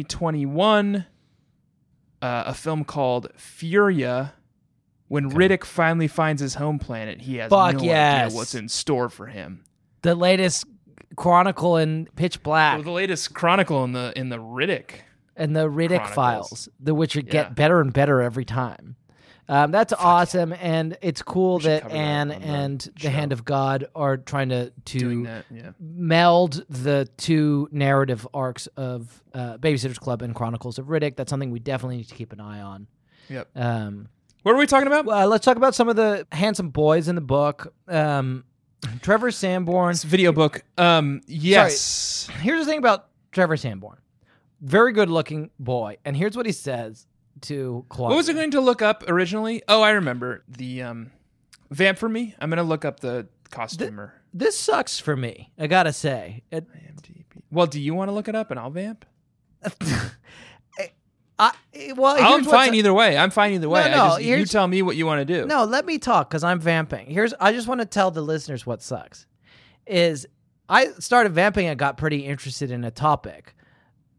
Speaker 4: 2021 uh, a film called Furia when Riddick finally finds his home planet he has
Speaker 3: Fuck
Speaker 4: no
Speaker 3: yes.
Speaker 4: idea what's in store for him
Speaker 3: The latest Chronicle and Pitch Black
Speaker 4: well, the latest chronicle in the in the Riddick
Speaker 3: and the Riddick
Speaker 4: Chronicles.
Speaker 3: Files, the which would
Speaker 4: Yeah.
Speaker 3: get better and better every time. Um, that's awesome, and it's cool
Speaker 4: should
Speaker 3: that
Speaker 4: cover that
Speaker 3: Anne
Speaker 4: on the
Speaker 3: and the
Speaker 4: show.
Speaker 3: Hand of God are trying to
Speaker 4: doing
Speaker 3: to
Speaker 4: that yeah
Speaker 3: meld the two narrative arcs of uh, Babysitters Club and Chronicles of Riddick. That's something we definitely need to keep an eye on.
Speaker 4: yep
Speaker 3: Um,
Speaker 4: what are we talking about
Speaker 3: well, uh, let's talk about some of the handsome boys in the book. Um, Trevor Sanborn.
Speaker 4: it's a video book um yes
Speaker 3: here's the thing about Trevor Sanborn. Very good looking boy. And here's what he says to Claudia.
Speaker 4: what was I going to look up originally oh I remember the um vamp for me I'm gonna look up the costumer
Speaker 3: This sucks for me, I gotta say. It,
Speaker 4: IMDb. well do you want to look it up and I'll vamp
Speaker 3: I, it- well,
Speaker 4: I'm
Speaker 3: here's what's-
Speaker 4: fine either way. I'm fine either way.
Speaker 3: No,
Speaker 4: I
Speaker 3: no,
Speaker 4: just- you
Speaker 3: here's-
Speaker 4: tell me what you want to do.
Speaker 3: No, let me talk because I'm vamping. Here's I just want to tell the listeners what sucks is I started vamping and got pretty interested in a topic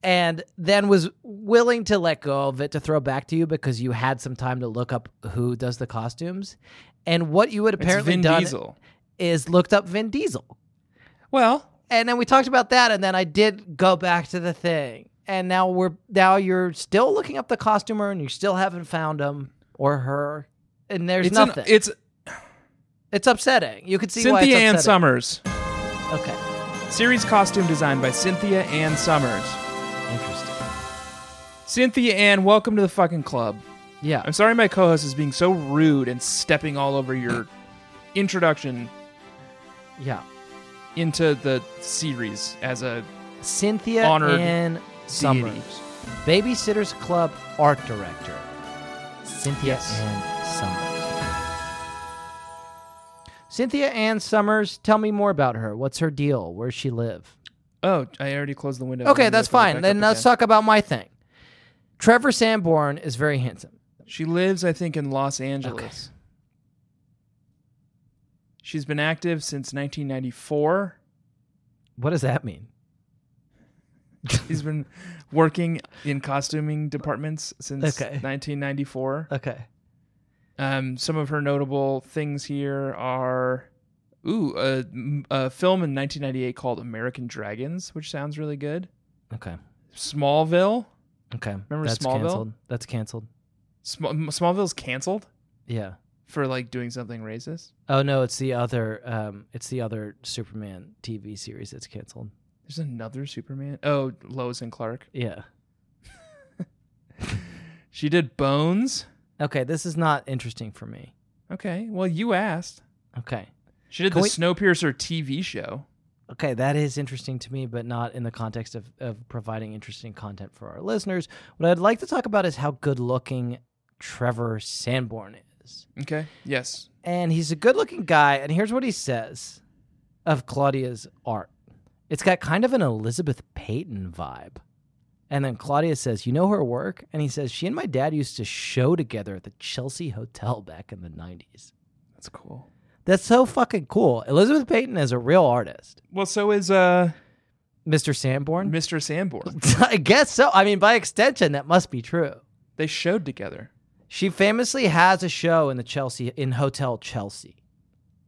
Speaker 3: and then was willing to let go of it to throw back to you because you had some time to look up who does the costumes. And what you had
Speaker 4: It's
Speaker 3: apparently
Speaker 4: Vin
Speaker 3: done
Speaker 4: Diesel.
Speaker 3: is looked up Vin Diesel.
Speaker 4: Well,
Speaker 3: And then we talked about that and then I did go back to the thing. And now we're now you're still looking up the costumer and you still haven't found him or her. And there's
Speaker 4: it's an-
Speaker 3: nothing.
Speaker 4: it's
Speaker 3: It's upsetting. You could see why
Speaker 4: Cynthia Ann
Speaker 3: it's upsetting.
Speaker 4: Summers.
Speaker 3: Okay.
Speaker 4: Series costume designed by Cynthia Ann Summers.
Speaker 3: Interesting.
Speaker 4: Cynthia Ann, welcome to the fucking club.
Speaker 3: Yeah.
Speaker 4: I'm sorry my co-host is being so rude and stepping all over your introduction
Speaker 3: Yeah.
Speaker 4: into the series as a
Speaker 3: Cynthia
Speaker 4: Honored
Speaker 3: Ann Summers.
Speaker 4: deity.
Speaker 3: Babysitters Club art director. Cynthia
Speaker 4: Yes.
Speaker 3: Ann Summers. Cynthia Ann Summers, tell me more about her. What's her deal? Where does she live?
Speaker 4: Oh, I already closed the window.
Speaker 3: Okay, that's fine. Then let's
Speaker 4: talk.
Speaker 3: talk about my thing. Trevor Sanborn is very handsome.
Speaker 4: She lives, I think, in Los Angeles. She's been active since 1994.
Speaker 3: What does that mean?
Speaker 4: He's been working in costuming departments since
Speaker 3: Okay.
Speaker 4: 1994.
Speaker 3: Okay.
Speaker 4: Um, some of her notable things here are, ooh, a, a film in 1998 called American Dragons, which sounds really good.
Speaker 3: Okay.
Speaker 4: Smallville.
Speaker 3: Okay.
Speaker 4: Remember
Speaker 3: that's
Speaker 4: Smallville?
Speaker 3: canceled. That's canceled.
Speaker 4: Sm- Smallville's canceled
Speaker 3: Yeah.
Speaker 4: for like doing something racist.
Speaker 3: Oh no, it's the other um it's the other Superman TV series that's canceled.
Speaker 4: There's another Superman. Oh, Lois and Clark.
Speaker 3: Yeah.
Speaker 4: She did Bones.
Speaker 3: Okay, this is not interesting for me.
Speaker 4: Okay. Well, you asked.
Speaker 3: Okay.
Speaker 4: She did
Speaker 3: Can
Speaker 4: the
Speaker 3: we-
Speaker 4: Snowpiercer TV show.
Speaker 3: Okay, that is interesting to me, but not in the context of, of providing interesting content for our listeners. What I'd like to talk about is how good looking Trevor Sanborn is.
Speaker 4: Okay. Yes.
Speaker 3: And he's a good looking guy, and here's what he says of Claudia's art. It's got kind of an Elizabeth Peyton vibe. And then Claudia says, You know her work? And he says, She and my dad used to show together at the Chelsea Hotel back in the 90s.
Speaker 4: That's cool.
Speaker 3: That's so fucking cool. Elizabeth Peyton is a real artist.
Speaker 4: Well, so is uh
Speaker 3: Mr. Sanborn?
Speaker 4: Mr. Sanborn.
Speaker 3: I guess so. I mean, by extension, that must be true.
Speaker 4: They showed together.
Speaker 3: She famously has a show in the Chelsea in Hotel Chelsea,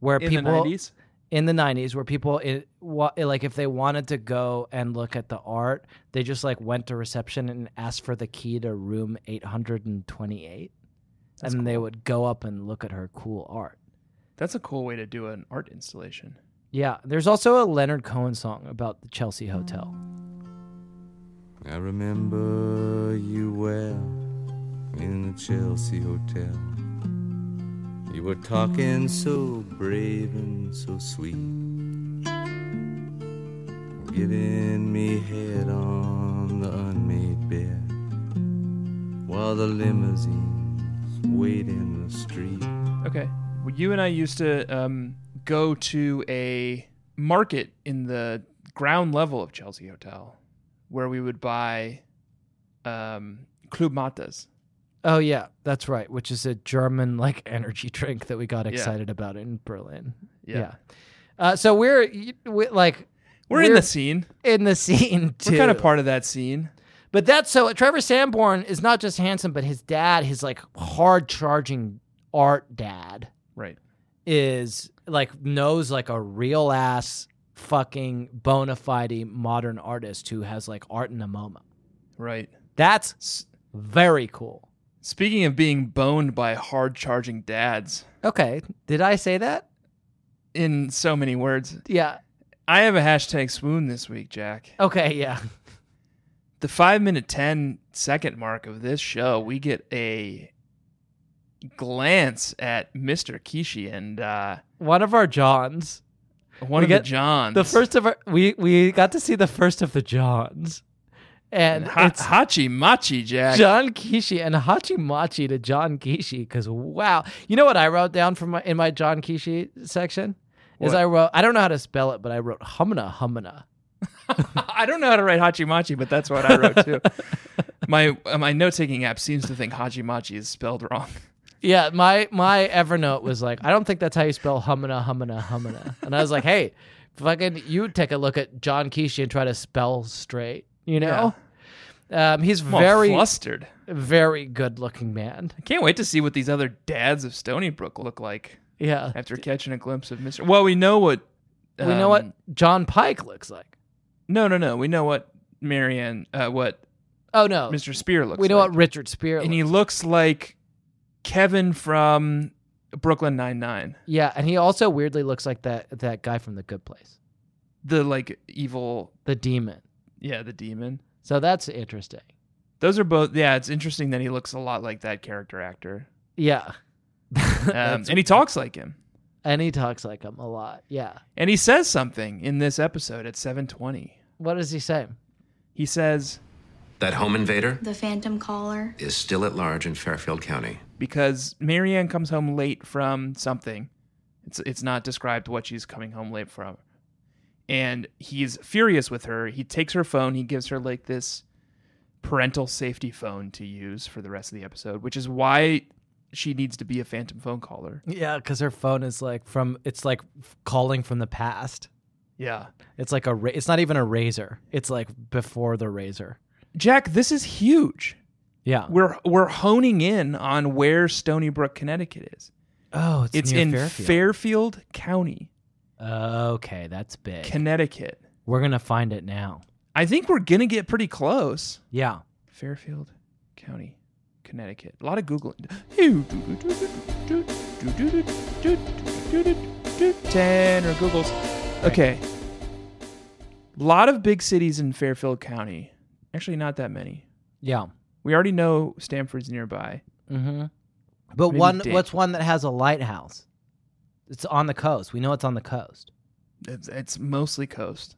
Speaker 3: where
Speaker 4: In the
Speaker 3: people
Speaker 4: 90s?
Speaker 3: in the nineties, where people it, wa- like if they wanted to go and look at the art, they just like went to reception and asked for the key to room eight hundred and twenty eight, and they would go up and look at her cool art.
Speaker 4: That's a cool way to do an art installation.
Speaker 3: Yeah, there's also a Leonard Cohen song about the Chelsea Hotel.
Speaker 6: I remember you well in the Chelsea Hotel. You were talking so brave and so sweet, giving me head on the unmade bed while the limousines wait in the street.
Speaker 4: Okay. Well, you and I used to um, go to a market in the ground level of Chelsea Hotel where we would buy um, Club Matas.
Speaker 3: Oh yeah, that's right. Which is a German like energy drink that we got
Speaker 4: Yeah.
Speaker 3: excited about in Berlin.
Speaker 4: Yeah.
Speaker 3: Uh, so we're, we like
Speaker 4: We're, in
Speaker 3: We're-
Speaker 4: the scene.
Speaker 3: in the scene too.
Speaker 4: We're kind of part of that scene.
Speaker 3: But that's so Trevor Sanborn is not just handsome, but his dad, his like hard charging art dad,
Speaker 4: Right.
Speaker 3: is like knows like a real ass fucking bona fide modern artist who has like art in a moment.
Speaker 4: Right.
Speaker 3: That's s- very cool.
Speaker 4: Speaking of being boned by hard charging dads
Speaker 3: Okay, did I say that?
Speaker 4: in so many words,
Speaker 3: Yeah.
Speaker 4: I have a hashtag swoon this week, Jack.
Speaker 3: Okay. Yeah.
Speaker 4: the five minute ten second mark of this show, we get a glance at Mr. Kishi and uh,
Speaker 3: One of our Johns.
Speaker 4: one
Speaker 3: We
Speaker 4: of
Speaker 3: get
Speaker 4: the Johns.
Speaker 3: The first of our we we got to see the first of the Johns, and
Speaker 4: ha-
Speaker 3: it's
Speaker 4: Hachi Machi Jack.
Speaker 3: John Kishi and Hachimachi to John Kishi because wow, you know what I wrote down from my, in my John Kishi section is
Speaker 4: What?
Speaker 3: I wrote I don't know how to spell it, but I wrote humna humna.
Speaker 4: I don't know how to write Hachi Machi, but that's what I wrote too. my uh, my note taking app seems to think Hachi Machi is spelled wrong.
Speaker 3: Yeah, my my Evernote was like, I don't think that's how you spell humna humna humna, and I was like, hey, fucking, you take a look at John Kishi and try to spell straight, you know. Um, he's
Speaker 4: I'm all
Speaker 3: very,
Speaker 4: flustered.
Speaker 3: very good-looking man.
Speaker 4: I can't wait to see what these other dads of Stony Brook look like
Speaker 3: Yeah,
Speaker 4: after catching a glimpse of Mr. Well, we know what
Speaker 3: we know what
Speaker 4: um,
Speaker 3: John Pike looks like.
Speaker 4: No, no, no. We know what Marianne, uh, what
Speaker 3: Oh no,
Speaker 4: Mr. Spear looks.
Speaker 3: we know
Speaker 4: like.
Speaker 3: what Richard Spear.
Speaker 4: and
Speaker 3: looks
Speaker 4: he looks like Kevin from Brooklyn Nine Nine,
Speaker 3: Yeah, and he also weirdly looks like that that guy from The Good Place,
Speaker 4: the like evil,
Speaker 3: the demon.
Speaker 4: yeah, the demon.
Speaker 3: So that's interesting.
Speaker 4: Those are both. Yeah, it's interesting that he looks a lot like that character actor,
Speaker 3: Yeah,
Speaker 4: um,
Speaker 3: That's-
Speaker 4: and he talks like him,
Speaker 3: and he talks like him a lot. Yeah,
Speaker 4: and he says something in this episode at seven twenty.
Speaker 3: what does he say?
Speaker 4: He says
Speaker 7: That home invader
Speaker 8: The phantom caller.
Speaker 7: is still at large in Fairfield County.
Speaker 4: because Marianne comes home late from something. It's it's not described what she's coming home late from. And he's furious with her. He takes her phone, he gives her like this parental safety phone to use for the rest of the episode, which is why she needs to be a phantom phone caller.
Speaker 3: Yeah, because her phone is like from it's like calling from the past.
Speaker 4: Yeah.
Speaker 3: It's like a ra- it's not even a razor. It's like before the razor.
Speaker 4: Jack, this is huge.
Speaker 3: Yeah.
Speaker 4: We're we're honing in on where Stony Brook, Connecticut is.
Speaker 3: oh, it's,
Speaker 4: It's,
Speaker 3: near
Speaker 4: in
Speaker 3: Fairfield.
Speaker 4: Fairfield County,
Speaker 3: okay, that's big.
Speaker 4: Connecticut.
Speaker 3: We're gonna find it now.
Speaker 4: I think we're going to get pretty close.
Speaker 3: Yeah.
Speaker 4: Fairfield County, Connecticut. A lot of Googling. 10 or Googles. Okay. A lot of big cities in Fairfield County. Actually, not that many.
Speaker 3: Yeah.
Speaker 4: We already know Stanford's nearby.
Speaker 3: Mm-hmm. But
Speaker 4: Maybe
Speaker 3: one,
Speaker 4: Dick.
Speaker 3: what's one that has a lighthouse? It's on the coast. We know it's on the coast.
Speaker 4: It's, it's mostly coast.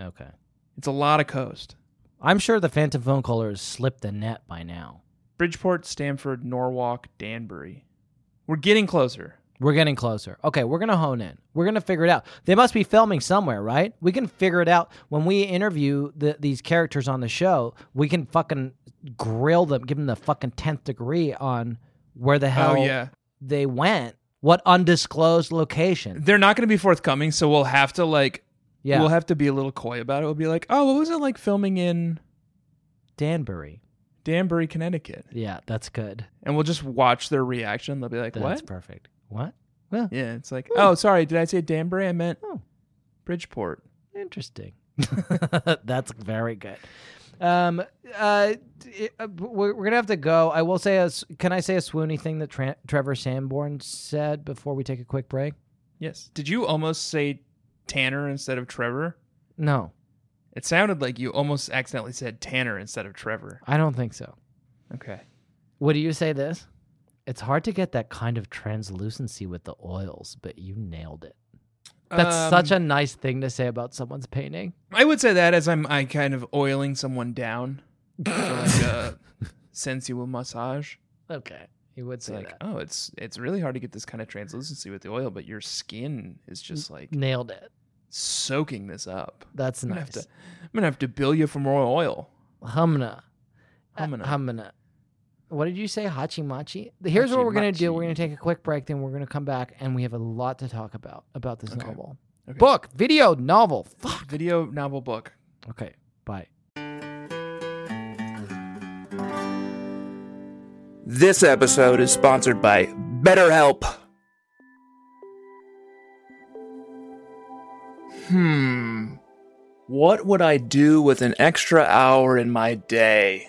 Speaker 3: Okay.
Speaker 4: It's a lot of coast.
Speaker 3: I'm sure the Phantom phone caller has slipped the net by now.
Speaker 4: Bridgeport, Stanford, Norwalk, Danbury. We're getting closer.
Speaker 3: We're getting closer. Okay, we're gonna hone in. We're gonna figure it out. They must be filming somewhere, right? We can figure it out when we interview the, these characters on the show. We can fucking grill them, give them the fucking tenth degree on where the hell
Speaker 4: Oh, yeah.
Speaker 3: they went, what undisclosed location.
Speaker 4: They're not going to be forthcoming, so we'll have to like
Speaker 3: Yeah.
Speaker 9: We'll have to be a little coy about it. We'll be like, oh, what was it like filming in
Speaker 3: Danbury.
Speaker 9: Danbury, Connecticut?
Speaker 3: Yeah, that's good.
Speaker 9: And we'll just watch their reaction. They'll be like,
Speaker 3: That's Hmm.
Speaker 9: what?
Speaker 3: perfect. What? Well,
Speaker 9: yeah, it's like, oh, sorry, did I say Danbury? I meant
Speaker 3: Oh.
Speaker 9: Bridgeport.
Speaker 3: interesting. that's very good. Um, uh, d- it- uh, b- we're, we're gonna have to go. I will say, a, s- can I say a swoony thing that Tra- Trevor Sanborn said before we take a quick break?
Speaker 9: Yes. Did you almost say Tanner instead of Trevor?
Speaker 3: No,
Speaker 9: It sounded like you almost accidentally said Tanner instead of Trevor.
Speaker 3: I don't think so.
Speaker 9: Okay.
Speaker 3: What do you say this? It's hard to get that kind of translucency with the oils, but you nailed it. That's such a nice thing to say about someone's painting.
Speaker 9: Um, I would say that as I'm I kind of oiling someone down for like a sensual massage.
Speaker 3: Okay. You would
Speaker 9: It's
Speaker 3: say
Speaker 9: like,
Speaker 3: that.
Speaker 9: oh, it's it's really hard to get this kind of translucency with the oil, but your skin
Speaker 3: Mm,
Speaker 9: is just like
Speaker 3: Nailed it.
Speaker 9: soaking this up.
Speaker 3: That's
Speaker 9: I'm gonna
Speaker 3: nice.
Speaker 9: have to I'm gonna have to bill you for more oil.
Speaker 3: Humna. Uh,
Speaker 9: Humna.
Speaker 3: Humna. What did you say? Hachimachi? Here's what we're going to do. We're
Speaker 9: Hachimachi.
Speaker 3: going to take a quick break, then we're going to come back, and we have a lot to talk about about this
Speaker 9: Okay.
Speaker 3: novel.
Speaker 9: Okay.
Speaker 3: Book, video, novel. Fuck.
Speaker 9: Video novel book.
Speaker 3: Okay. Bye.
Speaker 4: This episode is sponsored by BetterHelp.
Speaker 9: Hmm.
Speaker 4: What would I do with an extra hour in my day?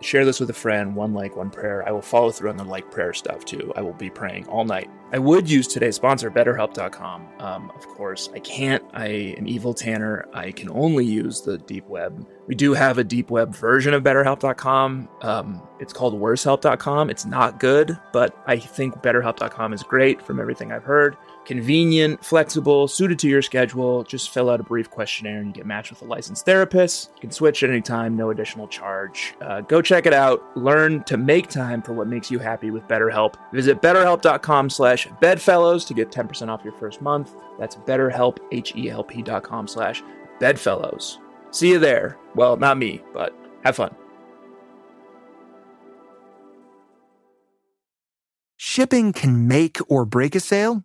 Speaker 4: share this with a friend one like one prayer i will follow through on the like prayer stuff too i will be praying all night i would use today's sponsor betterhelp.com um, of course i can't i am evil tanner i can only use the deep web we do have a deep web version of betterhelp.com um, it's called worsehelp.com it's not good but i think betterhelp.com is great from everything i've heard convenient, flexible, suited to your schedule. Just fill out a brief questionnaire and you get matched with a licensed therapist. You can switch at any time, no additional charge. Uh, go check it out. Learn to make time for what makes you happy with BetterHelp. Visit betterhelp.com slash bedfellows to get 10% off your first month. That's betterhelp, H-E-L-P dot com slash bedfellows. See you there. Well, not me, but have fun.
Speaker 10: Shipping can make or break a sale,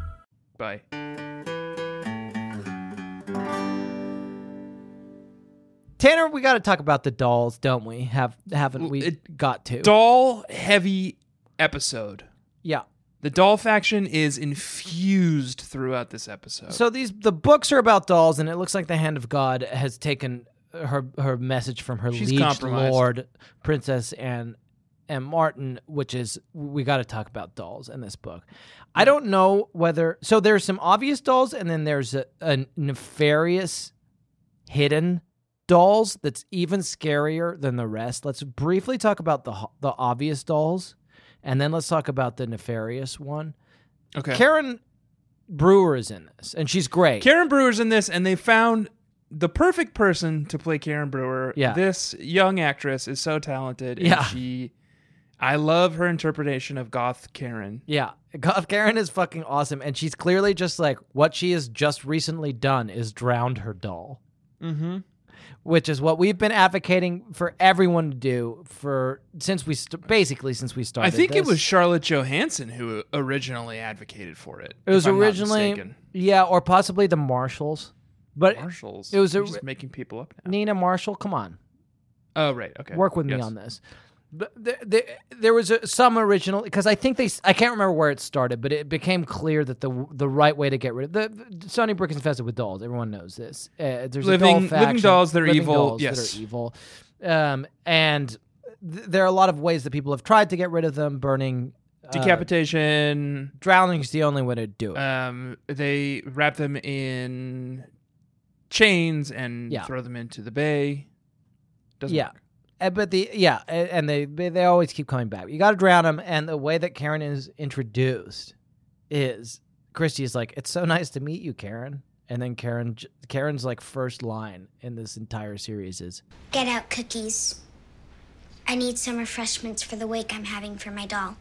Speaker 9: Bye.
Speaker 3: Tanner, we got to talk about the dolls, don't we? Have haven't
Speaker 9: Well,
Speaker 3: we
Speaker 9: it-
Speaker 3: got to?
Speaker 9: Doll heavy episode.
Speaker 3: yeah.
Speaker 9: The doll faction is infused throughout this episode.
Speaker 3: So these the books are about dolls, and it looks like the hand of God has taken her her message from her
Speaker 9: She's
Speaker 3: liege
Speaker 9: compromised.
Speaker 3: lord, Princess Anne and Martin, which is we got to talk about dolls in this book. I don't know whether so there's some obvious dolls, and then there's a, a nefarious hidden dolls that's even scarier than the rest. Let's briefly talk about the ho- the obvious dolls, and then let's talk about the nefarious one.
Speaker 9: okay.
Speaker 3: Karen Brewer is in this, and she's great.
Speaker 9: Karen Brewer's in this, and they found
Speaker 4: the perfect person to play Karen Brewer.
Speaker 3: Yeah.
Speaker 4: This young actress is so talented. and
Speaker 3: Yeah.
Speaker 4: she I love her interpretation of Goth Karen.
Speaker 3: Yeah, Goth Karen is fucking awesome, and she's clearly just like what she has just recently done is drowned her doll,
Speaker 4: Mm-hmm.
Speaker 3: which is what we've been advocating for everyone to do for since we st- basically since we started.
Speaker 4: I think it
Speaker 3: this.
Speaker 4: was Charlotte Johansson who originally advocated for it.
Speaker 3: It was
Speaker 4: if I'm not
Speaker 3: originally
Speaker 4: mistaken.
Speaker 3: yeah, or possibly the Marshalls, but
Speaker 4: Marshalls.
Speaker 3: It was
Speaker 4: You're
Speaker 3: a-
Speaker 4: just making people up.
Speaker 3: Nina Marshall. Come on,
Speaker 4: Oh right, okay.
Speaker 3: work with me
Speaker 4: Yes.
Speaker 3: on this. But there, there, there was a, some original because I think they s- I can't remember where it started, but it became clear that the the right way to get rid of the, the Sonny Brook is infested with dolls. Everyone knows this. Uh, there's a doll
Speaker 4: Living- living
Speaker 3: faction,
Speaker 4: dolls, they're
Speaker 3: living
Speaker 4: evil,
Speaker 3: dolls
Speaker 4: yes.
Speaker 3: that are evil, um, and th- there are a lot of ways that people have tried to get rid of them. Burning, uh,
Speaker 4: Decapitation.
Speaker 3: drowning's the only way to do it.
Speaker 4: Um, they wrap them in chains and
Speaker 3: Yeah.
Speaker 4: throw them into the bay. Doesn't
Speaker 3: yeah.
Speaker 4: work.
Speaker 3: Uh, But the yeah, a- and they they they always keep coming back. You got to drown them, and the way that Karen is introduced is Christy is like, "It's so nice to meet you, Karen." And then Karen j- Karen's like first line in this entire series is,
Speaker 11: Get out cookies. I need some refreshments for the wake I'm having for my doll.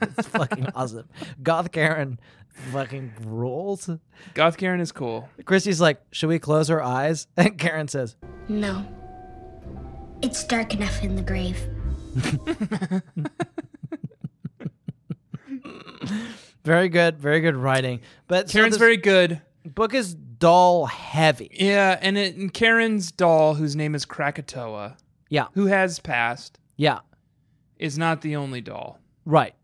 Speaker 3: "It's fucking awesome." Goth Karen fucking rules.
Speaker 4: Goth Karen is cool.
Speaker 3: Christy's like, "Should we close our eyes?" And Karen says,
Speaker 11: No. It's dark enough in the grave.
Speaker 3: "Very good, very good writing." But so
Speaker 4: Karen's
Speaker 3: this
Speaker 4: very good.
Speaker 3: Book is doll heavy.
Speaker 4: Yeah, and, it, and Karen's doll, whose name is Krakatoa,
Speaker 3: Yeah.
Speaker 4: who has passed,
Speaker 3: yeah,
Speaker 4: is not the only doll.
Speaker 3: right.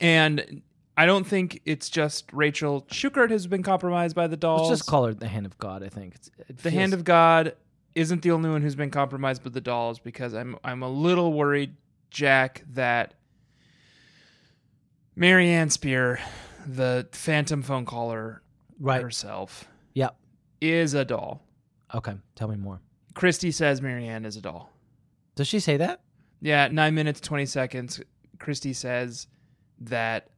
Speaker 4: And I don't think it's just Rachel Schuchert has been compromised by the dolls.
Speaker 3: Let's just call her the hand of God. I think it's, it
Speaker 4: the
Speaker 3: feels-
Speaker 4: hand of God isn't the only one who's been compromised with the dolls because I'm I'm a little worried, Jack, that Marianne Spear, the phantom phone caller
Speaker 3: Right.
Speaker 4: herself,
Speaker 3: Yep.
Speaker 4: is a doll.
Speaker 3: Okay, tell me more.
Speaker 4: Christy says Marianne is a doll.
Speaker 3: Does she say that?
Speaker 4: Yeah, nine minutes twenty seconds. Christy says that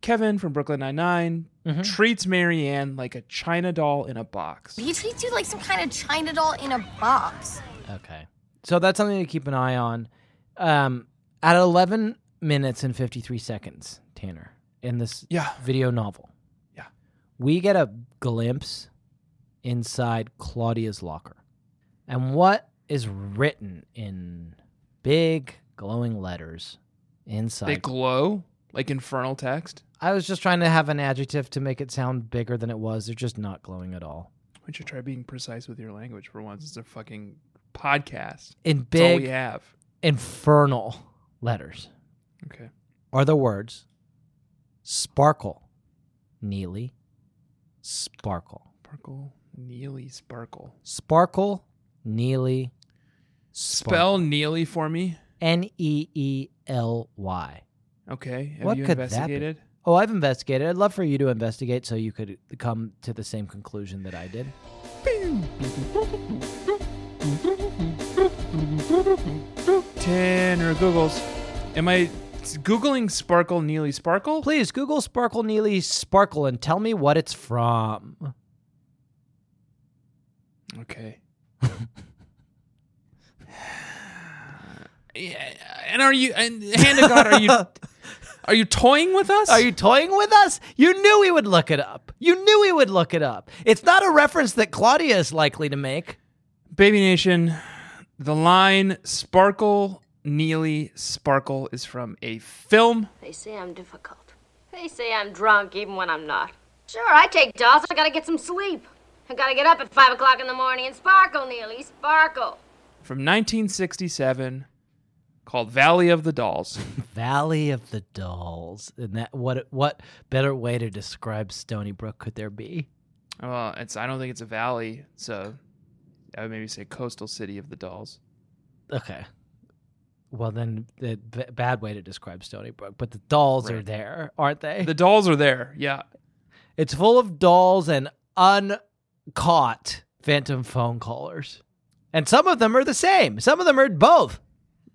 Speaker 4: Kevin from Brooklyn Nine treats Marianne like a China doll in a box.
Speaker 12: He treats you like some kind of China doll in a box.
Speaker 3: Okay. So that's something to keep an eye on. Um, at 11 minutes and 53 seconds, Tanner, in this
Speaker 4: Yeah.
Speaker 3: video novel,
Speaker 4: Yeah.
Speaker 3: we get a glimpse inside Claudia's locker. And what is written in big, glowing letters inside?
Speaker 4: They glow like infernal text,
Speaker 3: I was just trying to have an adjective to make it sound bigger than it was. They're just not glowing at all.
Speaker 4: Why don't you try being precise with your language for once? It's a fucking podcast.
Speaker 3: In
Speaker 4: It's all we
Speaker 3: big-
Speaker 4: have.
Speaker 3: Infernal letters.
Speaker 4: Okay.
Speaker 3: are the words sparkle, Neely, sparkle,
Speaker 4: Sparkle, Neely Sparkle.
Speaker 3: sparkle, Neely,
Speaker 4: Spell Neely for me.
Speaker 3: N E E L Y.
Speaker 4: Okay. Have
Speaker 3: What
Speaker 4: you
Speaker 3: could
Speaker 4: investigated?
Speaker 3: that be? Oh, I've investigated. I'd love for you to investigate so you could come to the same conclusion that I did.
Speaker 4: Tanner Googles. Am I s- Googling Sparkle Neely Sparkle?
Speaker 3: Please Google Sparkle Neely Sparkle and tell me what it's from.
Speaker 4: Okay. yeah. And are you and hand of God, are you are you toying with us?
Speaker 3: Are you toying with us? You knew we would look it up. You knew we would look it up. It's not a reference that Claudia is likely to make.
Speaker 4: Baby Nation, the line Sparkle Neely Sparkle is from a film.
Speaker 13: They say I'm difficult. They say I'm drunk even when I'm not. Sure, I take dolls. I gotta get some sleep. I gotta get up at five o'clock in the morning and sparkle, Neely, sparkle.
Speaker 4: from 1967 called Valley of the Dolls.
Speaker 3: Valley of the Dolls, and that what what better way to describe Stony Brook could there be?
Speaker 4: well, it's I don't think it's a valley, so I would maybe say coastal city of the dolls.
Speaker 3: Okay, well then the b- bad way to describe Stony Brook, but the dolls are
Speaker 4: Right.
Speaker 3: there, aren't they?
Speaker 4: The dolls are there. Yeah.
Speaker 3: it's full of dolls and uncaught phantom phone callers, and some of them are the same. Some of them are both.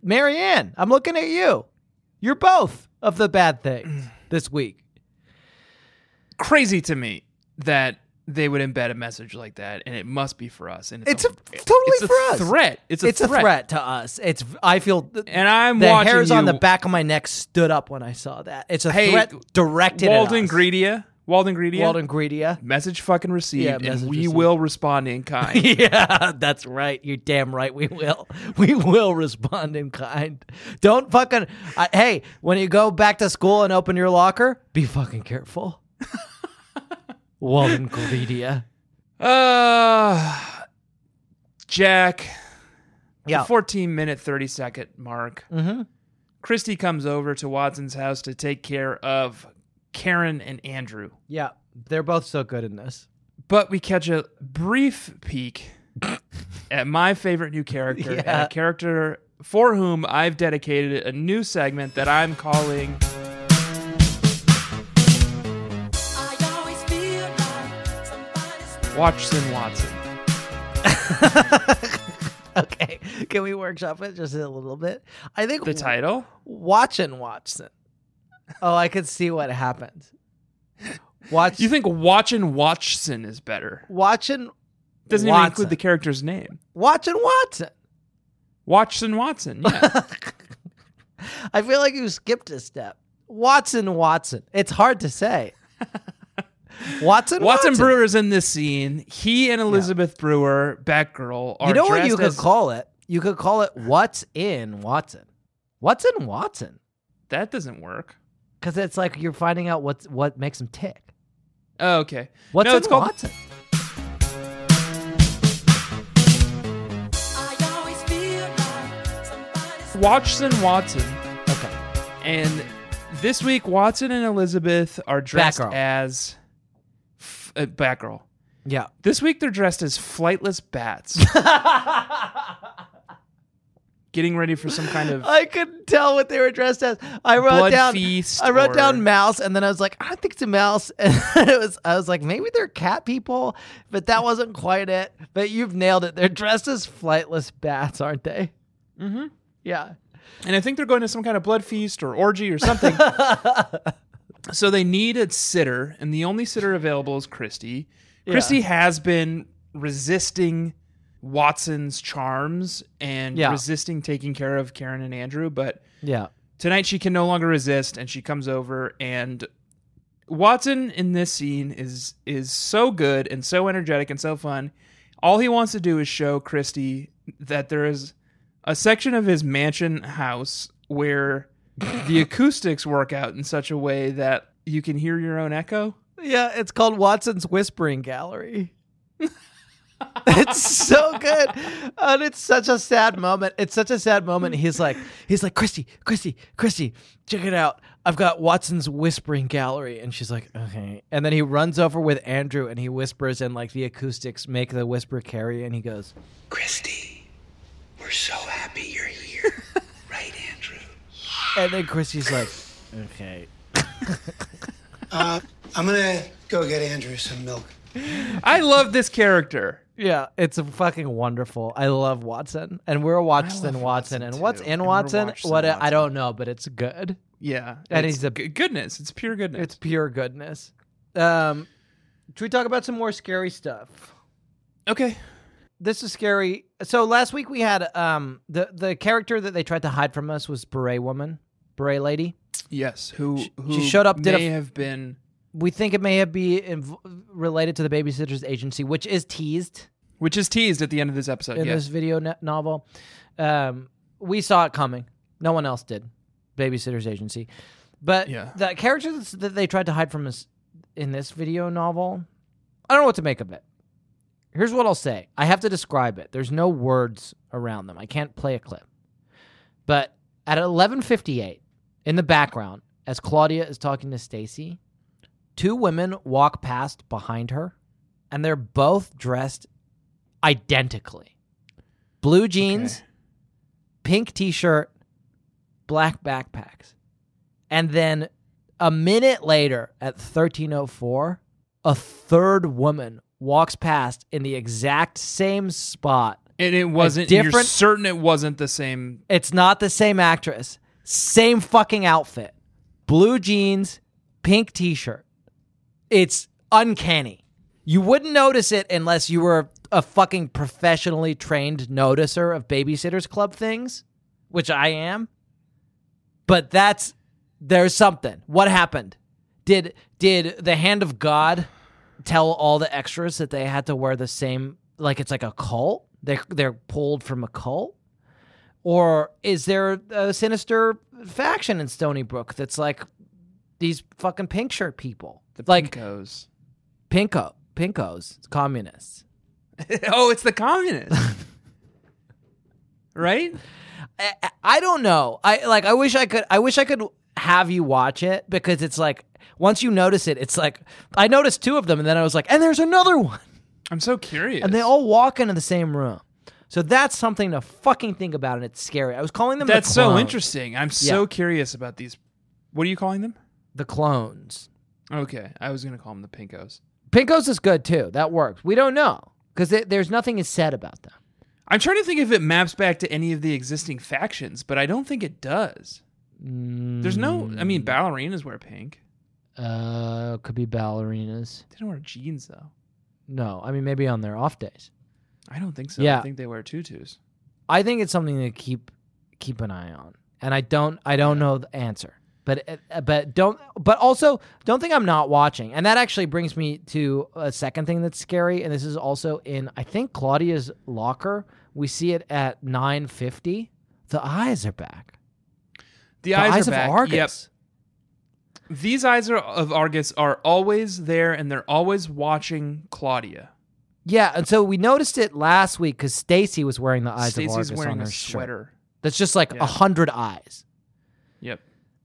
Speaker 3: Marianne, I'm looking at you. You're both of the bad things this week.
Speaker 4: Crazy to me that
Speaker 13: they would embed a message like that, and it must be for us. And
Speaker 3: It's
Speaker 13: it's,
Speaker 3: a- totally
Speaker 13: it's
Speaker 3: for
Speaker 13: a
Speaker 3: us.
Speaker 13: Threat. It's a
Speaker 3: It's a
Speaker 13: threat.
Speaker 3: threat to us. It's I feel
Speaker 13: and I'm
Speaker 3: the
Speaker 13: watching
Speaker 3: hairs on
Speaker 13: you-
Speaker 3: the back of my neck stood up when I saw that. It's a
Speaker 13: Hey,
Speaker 3: threat directed at
Speaker 13: Walden
Speaker 3: us.
Speaker 13: Greedia. Walden Greedia.
Speaker 3: Walden Greedia.
Speaker 13: Message fucking received,
Speaker 3: Yeah,
Speaker 13: and
Speaker 3: message
Speaker 13: we
Speaker 3: received.
Speaker 13: will respond in kind.
Speaker 3: yeah, that's right. You're damn right. We will. We will respond in kind. Don't fucking. I, hey, when you go back to school and open your locker, be fucking careful. Walden Greedia.
Speaker 13: Uh, Jack.
Speaker 3: Yeah.
Speaker 13: The 14 minute, 30 second mark.
Speaker 3: Mhm.
Speaker 13: Christy comes over to Watson's house to take care of Karen and Andrew.
Speaker 3: Yeah, they're both so good in this.
Speaker 13: But we catch a brief peek at my favorite new character, and
Speaker 3: Yeah.
Speaker 13: a character for whom I've dedicated a new segment that I'm calling. Watson Watson.
Speaker 3: Okay, can we workshop it just a little bit? I think
Speaker 13: The title?
Speaker 3: Watch and Watson. Oh, I could see what happened. Watch.
Speaker 13: You think Watchin' Watson is better?
Speaker 3: Watching
Speaker 13: Doesn't even
Speaker 3: Watson.
Speaker 13: include the character's name.
Speaker 3: Watching Watson.
Speaker 13: Watson Watson. Yeah.
Speaker 3: I feel like you skipped a step. Watson Watson. It's hard to say. Watson
Speaker 13: Watson
Speaker 3: Watson.
Speaker 13: Brewer's in this scene. He and Elizabeth Brewer, Batgirl, are
Speaker 3: You know what
Speaker 13: dressed
Speaker 3: you could
Speaker 13: as-
Speaker 3: call it? You could call it What's in Watson. What's in Watson?
Speaker 13: That doesn't work.
Speaker 3: Because it's like you're finding out what's what makes him tick.
Speaker 13: Oh, okay.
Speaker 3: What's
Speaker 13: no,
Speaker 3: in
Speaker 13: it's called
Speaker 3: Watson?
Speaker 13: Watson Watson.
Speaker 3: Okay.
Speaker 13: And this week, Watson and Elizabeth are dressed
Speaker 3: Batgirl.
Speaker 13: as f- uh, Batgirl.
Speaker 3: Yeah.
Speaker 13: This week, they're dressed as flightless bats, getting ready for some kind of.
Speaker 3: I couldn't tell what they were dressed as. I wrote
Speaker 13: Blood
Speaker 3: down
Speaker 13: feast
Speaker 3: I wrote
Speaker 13: or-
Speaker 3: down mouse and then I was like, I don't think it's a mouse. And it was I was like, maybe they're cat people, but that wasn't quite it. But you've nailed it. They're dressed as flightless bats, aren't they?
Speaker 13: Mm-hmm.
Speaker 3: Yeah.
Speaker 13: And I think they're going to some kind of blood feast or orgy or something. so they need a sitter, and the only sitter available is Christy.
Speaker 3: Yeah.
Speaker 13: Christy has been resisting Watson's charms and
Speaker 3: Yeah.
Speaker 13: resisting taking care of Karen and Andrew, but
Speaker 3: Yeah.
Speaker 13: tonight she can no longer resist and she comes over and Watson in this scene is is so good and so energetic and so fun. All he wants to do is show Christy that there is a section of his mansion house where the acoustics work out in such a way that you can hear your own echo.
Speaker 3: Yeah, it's called Watson's Whispering Gallery. it's so good. And it's such a sad moment. It's such a sad moment. He's like, he's like, Christy, Christy, Christy, check it out. I've got Watson's Whispering Gallery. And she's like, okay. And then he runs over with Andrew and he whispers, and like the acoustics make the whisper carry. And he goes,
Speaker 14: Christy, we're so happy you're here. right, Andrew?
Speaker 3: and then Christy's like, okay.
Speaker 10: Uh, I'm gonna go get Andrew some milk.
Speaker 13: I love this character.
Speaker 3: Yeah, it's fucking wonderful. I love Watson, and we're Watson Watson, and what's in
Speaker 13: we're
Speaker 3: Watson?
Speaker 13: Watson
Speaker 3: what I
Speaker 13: Watson.
Speaker 3: don't know, but it's good.
Speaker 13: Yeah.
Speaker 3: and
Speaker 13: it's
Speaker 3: he's a
Speaker 13: g- goodness. It's pure goodness.
Speaker 3: it's pure goodness. Um, should we talk about some more scary stuff?
Speaker 13: Okay,
Speaker 3: this is scary. So last week we had um the the character that they tried to hide from us was Beret Woman, Beret Lady.
Speaker 13: Yes, who
Speaker 3: She-
Speaker 13: who
Speaker 3: she showed up,
Speaker 13: May
Speaker 3: did a-
Speaker 13: have been
Speaker 3: We think it may have be inv- related to the Babysitters Agency, which is teased.
Speaker 13: which is teased at the end of this episode.
Speaker 3: in
Speaker 13: yes.
Speaker 3: this video no- novel. Um, we saw it coming. No one else did. Babysitter's Agency. But
Speaker 13: Yeah.
Speaker 3: the character that's, that they tried to hide from us in this video novel, I don't know what to make of it. Here's what I'll say I have to describe it. There's no words around them, I can't play a clip. But at 11:58 in the background as Claudia is talking to Stacy, two women walk past behind her and they're both dressed identically. Blue jeans, pink t-shirt, black backpacks. And then a minute later at 1304, a third woman walks past in the exact same spot.
Speaker 13: and it wasn't
Speaker 3: a
Speaker 13: and You're
Speaker 3: different
Speaker 13: certain it wasn't the same.
Speaker 3: it's not the same actress. Same fucking outfit. Blue jeans, pink t shirt. It's uncanny. You wouldn't notice it unless you were a fucking professionally trained noticer of babysitters club things, which I am. But that's there's something. What happened? Did did the hand of God tell all the extras that they had to wear the same like it's like a cult? They they're pulled from a cult? Or is there a sinister faction in Stony Brook that's like these fucking pink shirt people?
Speaker 4: The
Speaker 3: like
Speaker 13: uh,
Speaker 4: Pinkos.
Speaker 3: Pinko Pinkos, communists.
Speaker 4: oh, it's the communists. right?
Speaker 3: I, I don't know. I like I wish I could I wish I could have you watch it because it's like once you notice it, it's like I noticed two of them and then I was like, and there's another one.
Speaker 4: I'm so curious.
Speaker 3: And they all walk into the same room. So that's something to fucking think about and it's scary. I was calling them the
Speaker 4: That's so
Speaker 3: clones.
Speaker 4: interesting. I'm
Speaker 3: Yeah.
Speaker 4: so curious about these. What are you calling them?
Speaker 3: The clones.
Speaker 4: Okay, I was gonna call them the Pinkos.
Speaker 3: Pinkos is good too. That works. We don't know because there's nothing is said about them.
Speaker 4: I'm trying to think if it maps back to any of the existing factions, but I don't think it does. There's no. I
Speaker 3: Hmm.
Speaker 4: mean, ballerinas wear pink.
Speaker 3: Mm, Uh, could be ballerinas.
Speaker 4: They don't wear jeans though.
Speaker 3: No, I mean maybe on their off days.
Speaker 4: I don't think so.
Speaker 3: Yeah.
Speaker 4: I think they wear tutus.
Speaker 3: I think it's something to keep keep an eye on, and I don't I don't know the answer, but uh, but don't but also don't think I'm not watching, and that actually brings me to a second thing that's scary, and this is also in I think Claudia's locker. We see it at nine fifty. The eyes are back.
Speaker 4: The,
Speaker 3: The
Speaker 4: eyes,
Speaker 3: eyes
Speaker 4: are
Speaker 3: of
Speaker 4: back.
Speaker 3: Argus.
Speaker 4: Yep. These eyes are, of Argus are always there, and they're always watching Claudia.
Speaker 3: Yeah, and so we noticed it last week because Stacy was wearing the eyes
Speaker 4: Stacy's
Speaker 3: of Argus
Speaker 4: wearing
Speaker 3: on
Speaker 4: a
Speaker 3: her shirt.
Speaker 4: sweater.
Speaker 3: That's just like a
Speaker 4: Yeah.
Speaker 3: hundred eyes.
Speaker 4: Yep.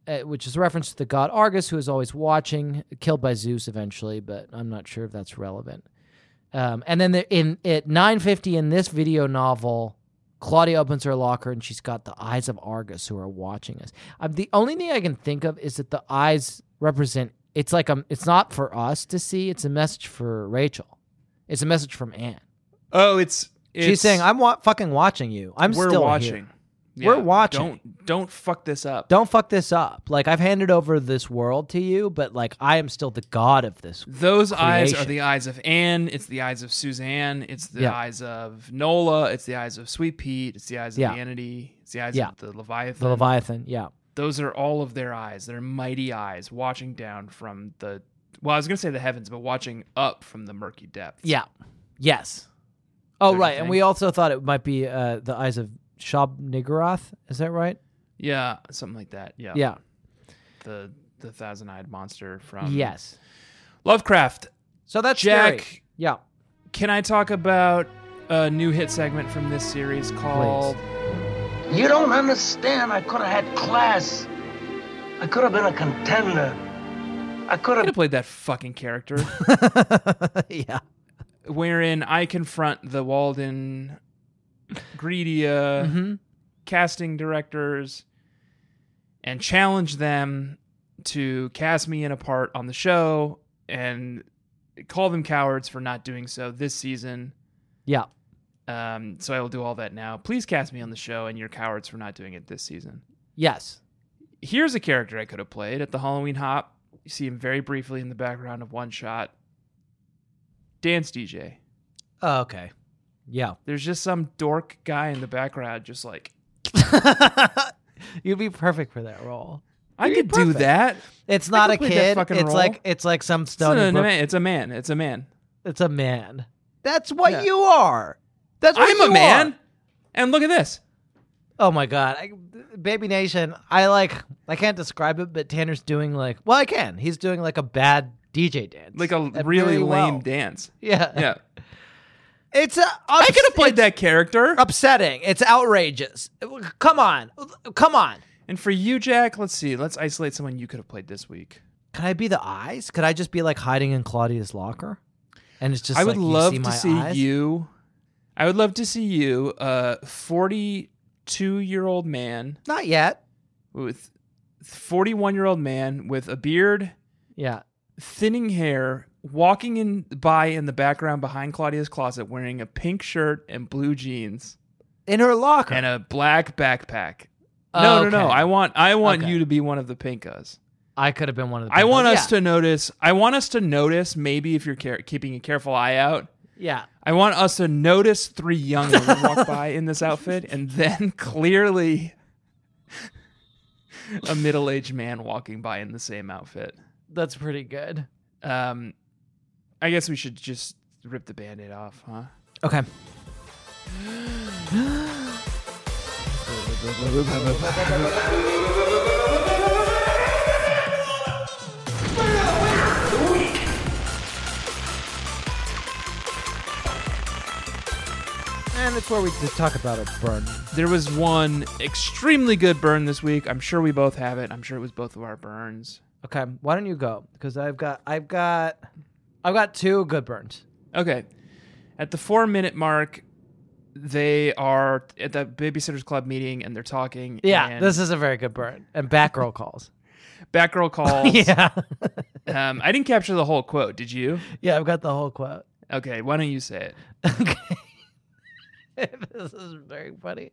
Speaker 3: uh, which is a reference to the god Argus, who is always watching, killed by Zeus eventually, but I'm not sure if that's relevant. Um, and then the, in at 9:50 in this video novel, Claudia opens her locker and she's got the eyes of Argus who are watching us. Um, the only thing I can think of is that the eyes represent. It's like um, it's not for us to see. It's a message for Rachel. It's a message from Anne.
Speaker 4: Oh, it's, it's
Speaker 3: She's saying, "I'm wa- fucking watching you. I'm
Speaker 4: we're
Speaker 3: still here."
Speaker 4: watching.
Speaker 3: We're
Speaker 4: Yeah,
Speaker 3: watching.
Speaker 4: Don't don't fuck this up.
Speaker 3: don't fuck this up. Like I've handed over this world to you, but like I am still the god of this.
Speaker 4: Those eyes are
Speaker 3: creation.
Speaker 4: the eyes of Anne. It's the eyes of Suzanne. It's the
Speaker 3: Yeah.
Speaker 4: eyes of Nola. It's the eyes of Sweet Pete. It's the eyes of
Speaker 3: Yeah.
Speaker 4: Vanity. It's the eyes
Speaker 3: Yeah.
Speaker 4: of the Leviathan.
Speaker 3: the Leviathan. Yeah,
Speaker 4: Those are all of their eyes. Their mighty eyes watching down from the. Well, I was gonna say the heavens, but watching up from the murky depths.
Speaker 3: yeah, yes. Oh
Speaker 4: Don't you
Speaker 3: right, and we
Speaker 4: think?
Speaker 3: also thought it might be uh, the eyes of Shab Niggurath. Is that right?
Speaker 4: Yeah, something like that. Yeah.
Speaker 3: Yeah.
Speaker 4: The the thousand-eyed monster from
Speaker 3: yes.
Speaker 4: Lovecraft.
Speaker 3: So that's
Speaker 4: Jack.
Speaker 3: scary. Yeah.
Speaker 4: Can I talk about a new hit segment from this series called
Speaker 15: You don't understand. I could have had class. I could have been a contender. I could
Speaker 4: I could have played that fucking character.
Speaker 3: yeah.
Speaker 4: Wherein I confront the Walden, Greedia, casting directors, and challenge them to cast me in a part on the show and call them cowards for not doing so this season.
Speaker 3: Yeah.
Speaker 4: Um, so I will do all that now. Please cast me on the show, and you're cowards for not doing it this season.
Speaker 3: Yes.
Speaker 4: Here's a character I could have played at the Halloween Hop. You see him very briefly in the background of one shot. Dance DJ.
Speaker 3: Oh, okay. Yeah.
Speaker 4: There's just some dork guy in the background, just like
Speaker 3: You'd be perfect for that role.
Speaker 4: I
Speaker 3: You'd
Speaker 4: could
Speaker 3: be
Speaker 4: do
Speaker 3: perfect.
Speaker 4: that.
Speaker 3: It's
Speaker 4: I
Speaker 3: not
Speaker 4: could
Speaker 3: a
Speaker 4: play that
Speaker 3: kid. It's
Speaker 4: fucking role.
Speaker 3: like it's like some
Speaker 4: It's not
Speaker 3: stony.
Speaker 4: a
Speaker 3: Brook-
Speaker 4: man. It's a man. It's a man.
Speaker 3: It's a man. That's what you are. That's what
Speaker 4: I'm
Speaker 3: you
Speaker 4: a man.
Speaker 3: are.
Speaker 4: And look at this.
Speaker 3: Oh my god, I, Baby Nation! I like. I can't describe it, but Tanner's doing like. Well, I can. He's doing like a bad DJ dance,
Speaker 4: Like a
Speaker 3: And
Speaker 4: really
Speaker 3: very
Speaker 4: lame
Speaker 3: well.
Speaker 4: dance.
Speaker 3: Yeah.
Speaker 4: Yeah.
Speaker 3: It's a. I could have played
Speaker 4: that character.
Speaker 3: Upsetting. It's outrageous. Come on, come on.
Speaker 4: And for you, Jack, let's see. Let's isolate someone you could have played this week.
Speaker 3: Can I be the eyes? Could I just be like hiding in Claudia's locker? And it's just.
Speaker 4: I would
Speaker 3: like, you
Speaker 4: love
Speaker 3: see
Speaker 4: to
Speaker 3: my
Speaker 4: see
Speaker 3: eyes?
Speaker 4: you. I would love to see you, a forty-two-year-old man.
Speaker 3: Not yet.
Speaker 4: With forty-one-year-old man with a beard,
Speaker 3: Yeah.
Speaker 4: thinning hair, walking in by in the background behind Claudia's closet, wearing a pink shirt and blue jeans
Speaker 3: in her locker
Speaker 4: and a black backpack. No, no, no.
Speaker 3: Okay.
Speaker 4: I want, I want
Speaker 3: Okay.
Speaker 4: you to be one of the pinkas.
Speaker 3: I could have been one of the.
Speaker 4: I
Speaker 3: people.
Speaker 4: want
Speaker 3: Yeah.
Speaker 4: us to notice. I want us to notice. Maybe if you're care- keeping a careful eye out.
Speaker 3: Yeah.
Speaker 4: I want us to notice three young women walk by in this outfit, and then clearly a middle-aged man walking by in the same outfit.
Speaker 3: That's pretty good.
Speaker 4: Um, I guess we should just rip the band-aid off, huh?
Speaker 3: Okay. And it's where we just talk about a burn.
Speaker 4: There was one extremely good burn this week. I'm sure we both have it. I'm sure it was both of our burns.
Speaker 3: Okay, why don't you go? Because I've got, I've got, I've got two good burns.
Speaker 4: Okay. At the four minute mark, they are at the Babysitters Club meeting and they're talking.
Speaker 3: Yeah,
Speaker 4: and
Speaker 3: this is a very good burn. And Batgirl calls.
Speaker 4: Batgirl calls.
Speaker 3: yeah.
Speaker 4: um, I didn't capture the whole quote. Did you?
Speaker 3: Yeah, I've got the whole quote.
Speaker 4: Okay. Why don't you say
Speaker 3: it? this is very funny.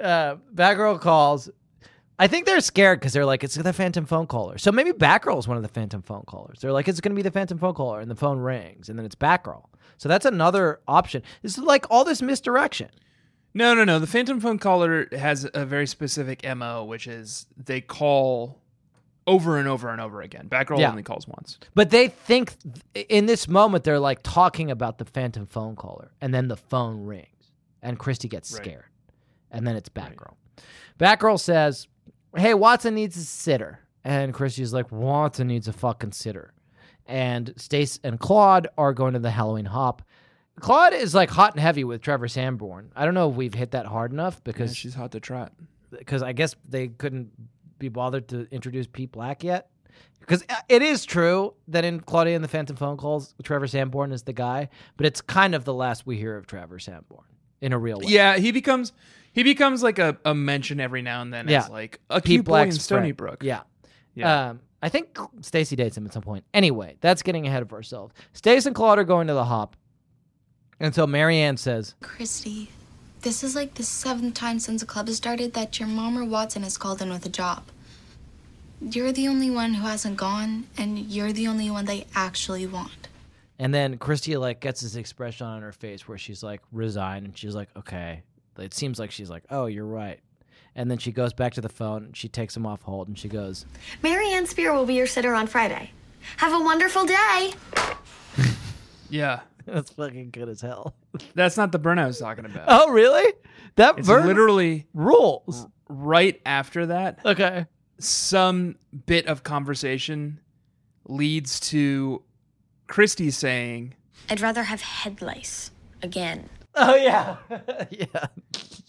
Speaker 3: Uh, Batgirl calls. I think they're scared because they're like, it's the phantom phone caller. So maybe Batgirl is one of the phantom phone callers. They're like, it's going to be the phantom phone caller, and the phone rings, and then it's Batgirl. So that's another option. This is like all this misdirection.
Speaker 4: no, no, no. The Phantom Phone Caller has a very specific MO, which is they call over and over and over again. Batgirl
Speaker 3: Yeah.
Speaker 4: only calls once.
Speaker 3: But they think th- in this moment they're like talking about the phantom phone caller, and then the phone rings, and Christy gets
Speaker 4: Right.
Speaker 3: scared, and then it's Batgirl. Batgirl says, "Hey, Watson needs a sitter," and Christy's like, "Watson needs a fucking sitter." And Stace and Claude are going to the Halloween hop. Claude is like hot and heavy with Trevor Sanborn. I don't know if we've hit that hard enough because
Speaker 4: Yeah, she's hot to trot.
Speaker 3: because I guess they couldn't be bothered to introduce Pete Black yet. Because it is true that in Claudia and the Phantom Phone Calls, Trevor Sanborn is the guy, but it's kind of the last we hear of Trevor Sanborn in a real way.
Speaker 4: Yeah, he becomes he becomes like a, a mention every now and then
Speaker 3: Yeah.
Speaker 4: as like a
Speaker 3: Pete
Speaker 4: cute boy in
Speaker 3: Black's
Speaker 4: Stony
Speaker 3: friend.
Speaker 4: Brook.
Speaker 3: Yeah.
Speaker 4: Yeah.
Speaker 3: Um, I think Stacy dates him at some point. Anyway, that's getting ahead of ourselves. Stace and Claude are going to the hop. And so Marianne says,
Speaker 16: Christy, this is like the seventh time since the club has started that your mom or Watson has called in with a job. You're the only one who hasn't gone, and you're the only one they actually want.
Speaker 3: And then Christy like gets this expression on her face where she's like resigned and she's like, okay. It seems like she's like, oh, you're right. And then she goes back to the phone. and She takes him off hold and she goes,
Speaker 17: Marianne Spear will be your sitter on Friday. Have a wonderful day.
Speaker 4: Yeah.
Speaker 3: That's fucking good as hell.
Speaker 4: That's not the burn I was talking about.
Speaker 3: "Oh, really? That
Speaker 4: It's
Speaker 3: burn
Speaker 4: literally
Speaker 3: rules."
Speaker 4: Right after that,
Speaker 3: okay,
Speaker 4: some bit of conversation leads to Christy saying,
Speaker 17: I'd rather have head lice again.
Speaker 3: Oh, yeah. yeah.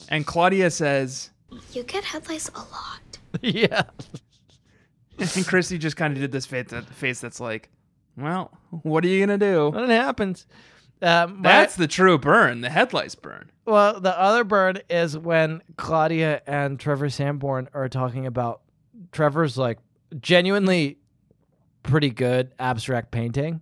Speaker 4: and Claudia says,
Speaker 11: You get head lice a lot.
Speaker 3: yeah.
Speaker 4: and Christy just kind of did this face, that face that's like, well, what are you gonna do?
Speaker 3: Nothing happens. Um,
Speaker 4: that's the true burn, the head lice burn.
Speaker 3: Well, the other burn is when Claudia and Trevor Sanborn are talking about Trevor's like genuinely pretty good abstract painting.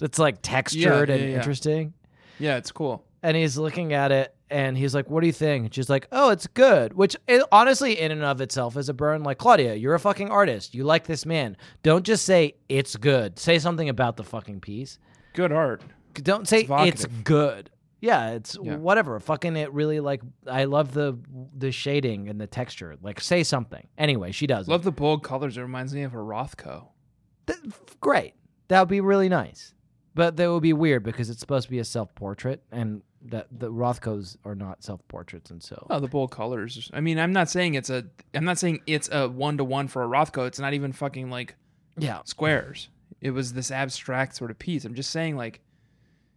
Speaker 3: It's like textured
Speaker 4: yeah,
Speaker 3: and
Speaker 4: yeah.
Speaker 3: interesting.
Speaker 4: Yeah, it's cool.
Speaker 3: And he's looking at it and he's like, What do you think? And she's like, Oh, it's good. Which it, honestly, in and of itself, is a burn. Like, Claudia, you're a fucking artist. You like this man. Don't just say it's good. Say something about the fucking piece.
Speaker 4: Good art.
Speaker 3: Don't say it's
Speaker 4: evocative.
Speaker 3: good. Yeah, it's
Speaker 4: Yeah.
Speaker 3: whatever. Fucking it really like I love the the shading and the texture. Like say something. Anyway, she does.
Speaker 4: Love the bold colors. It reminds me of a Rothko.
Speaker 3: Great. That would be really nice. But that would be weird because it's supposed to be a self-portrait and that the Rothkos are not self-portraits and so.
Speaker 4: Oh, the bold colors. I mean, I'm not saying it's a. I'm not saying it's a one to one for a Rothko. It's not even fucking like,
Speaker 3: Yeah.
Speaker 4: squares. It was this abstract sort of piece. I'm just saying like,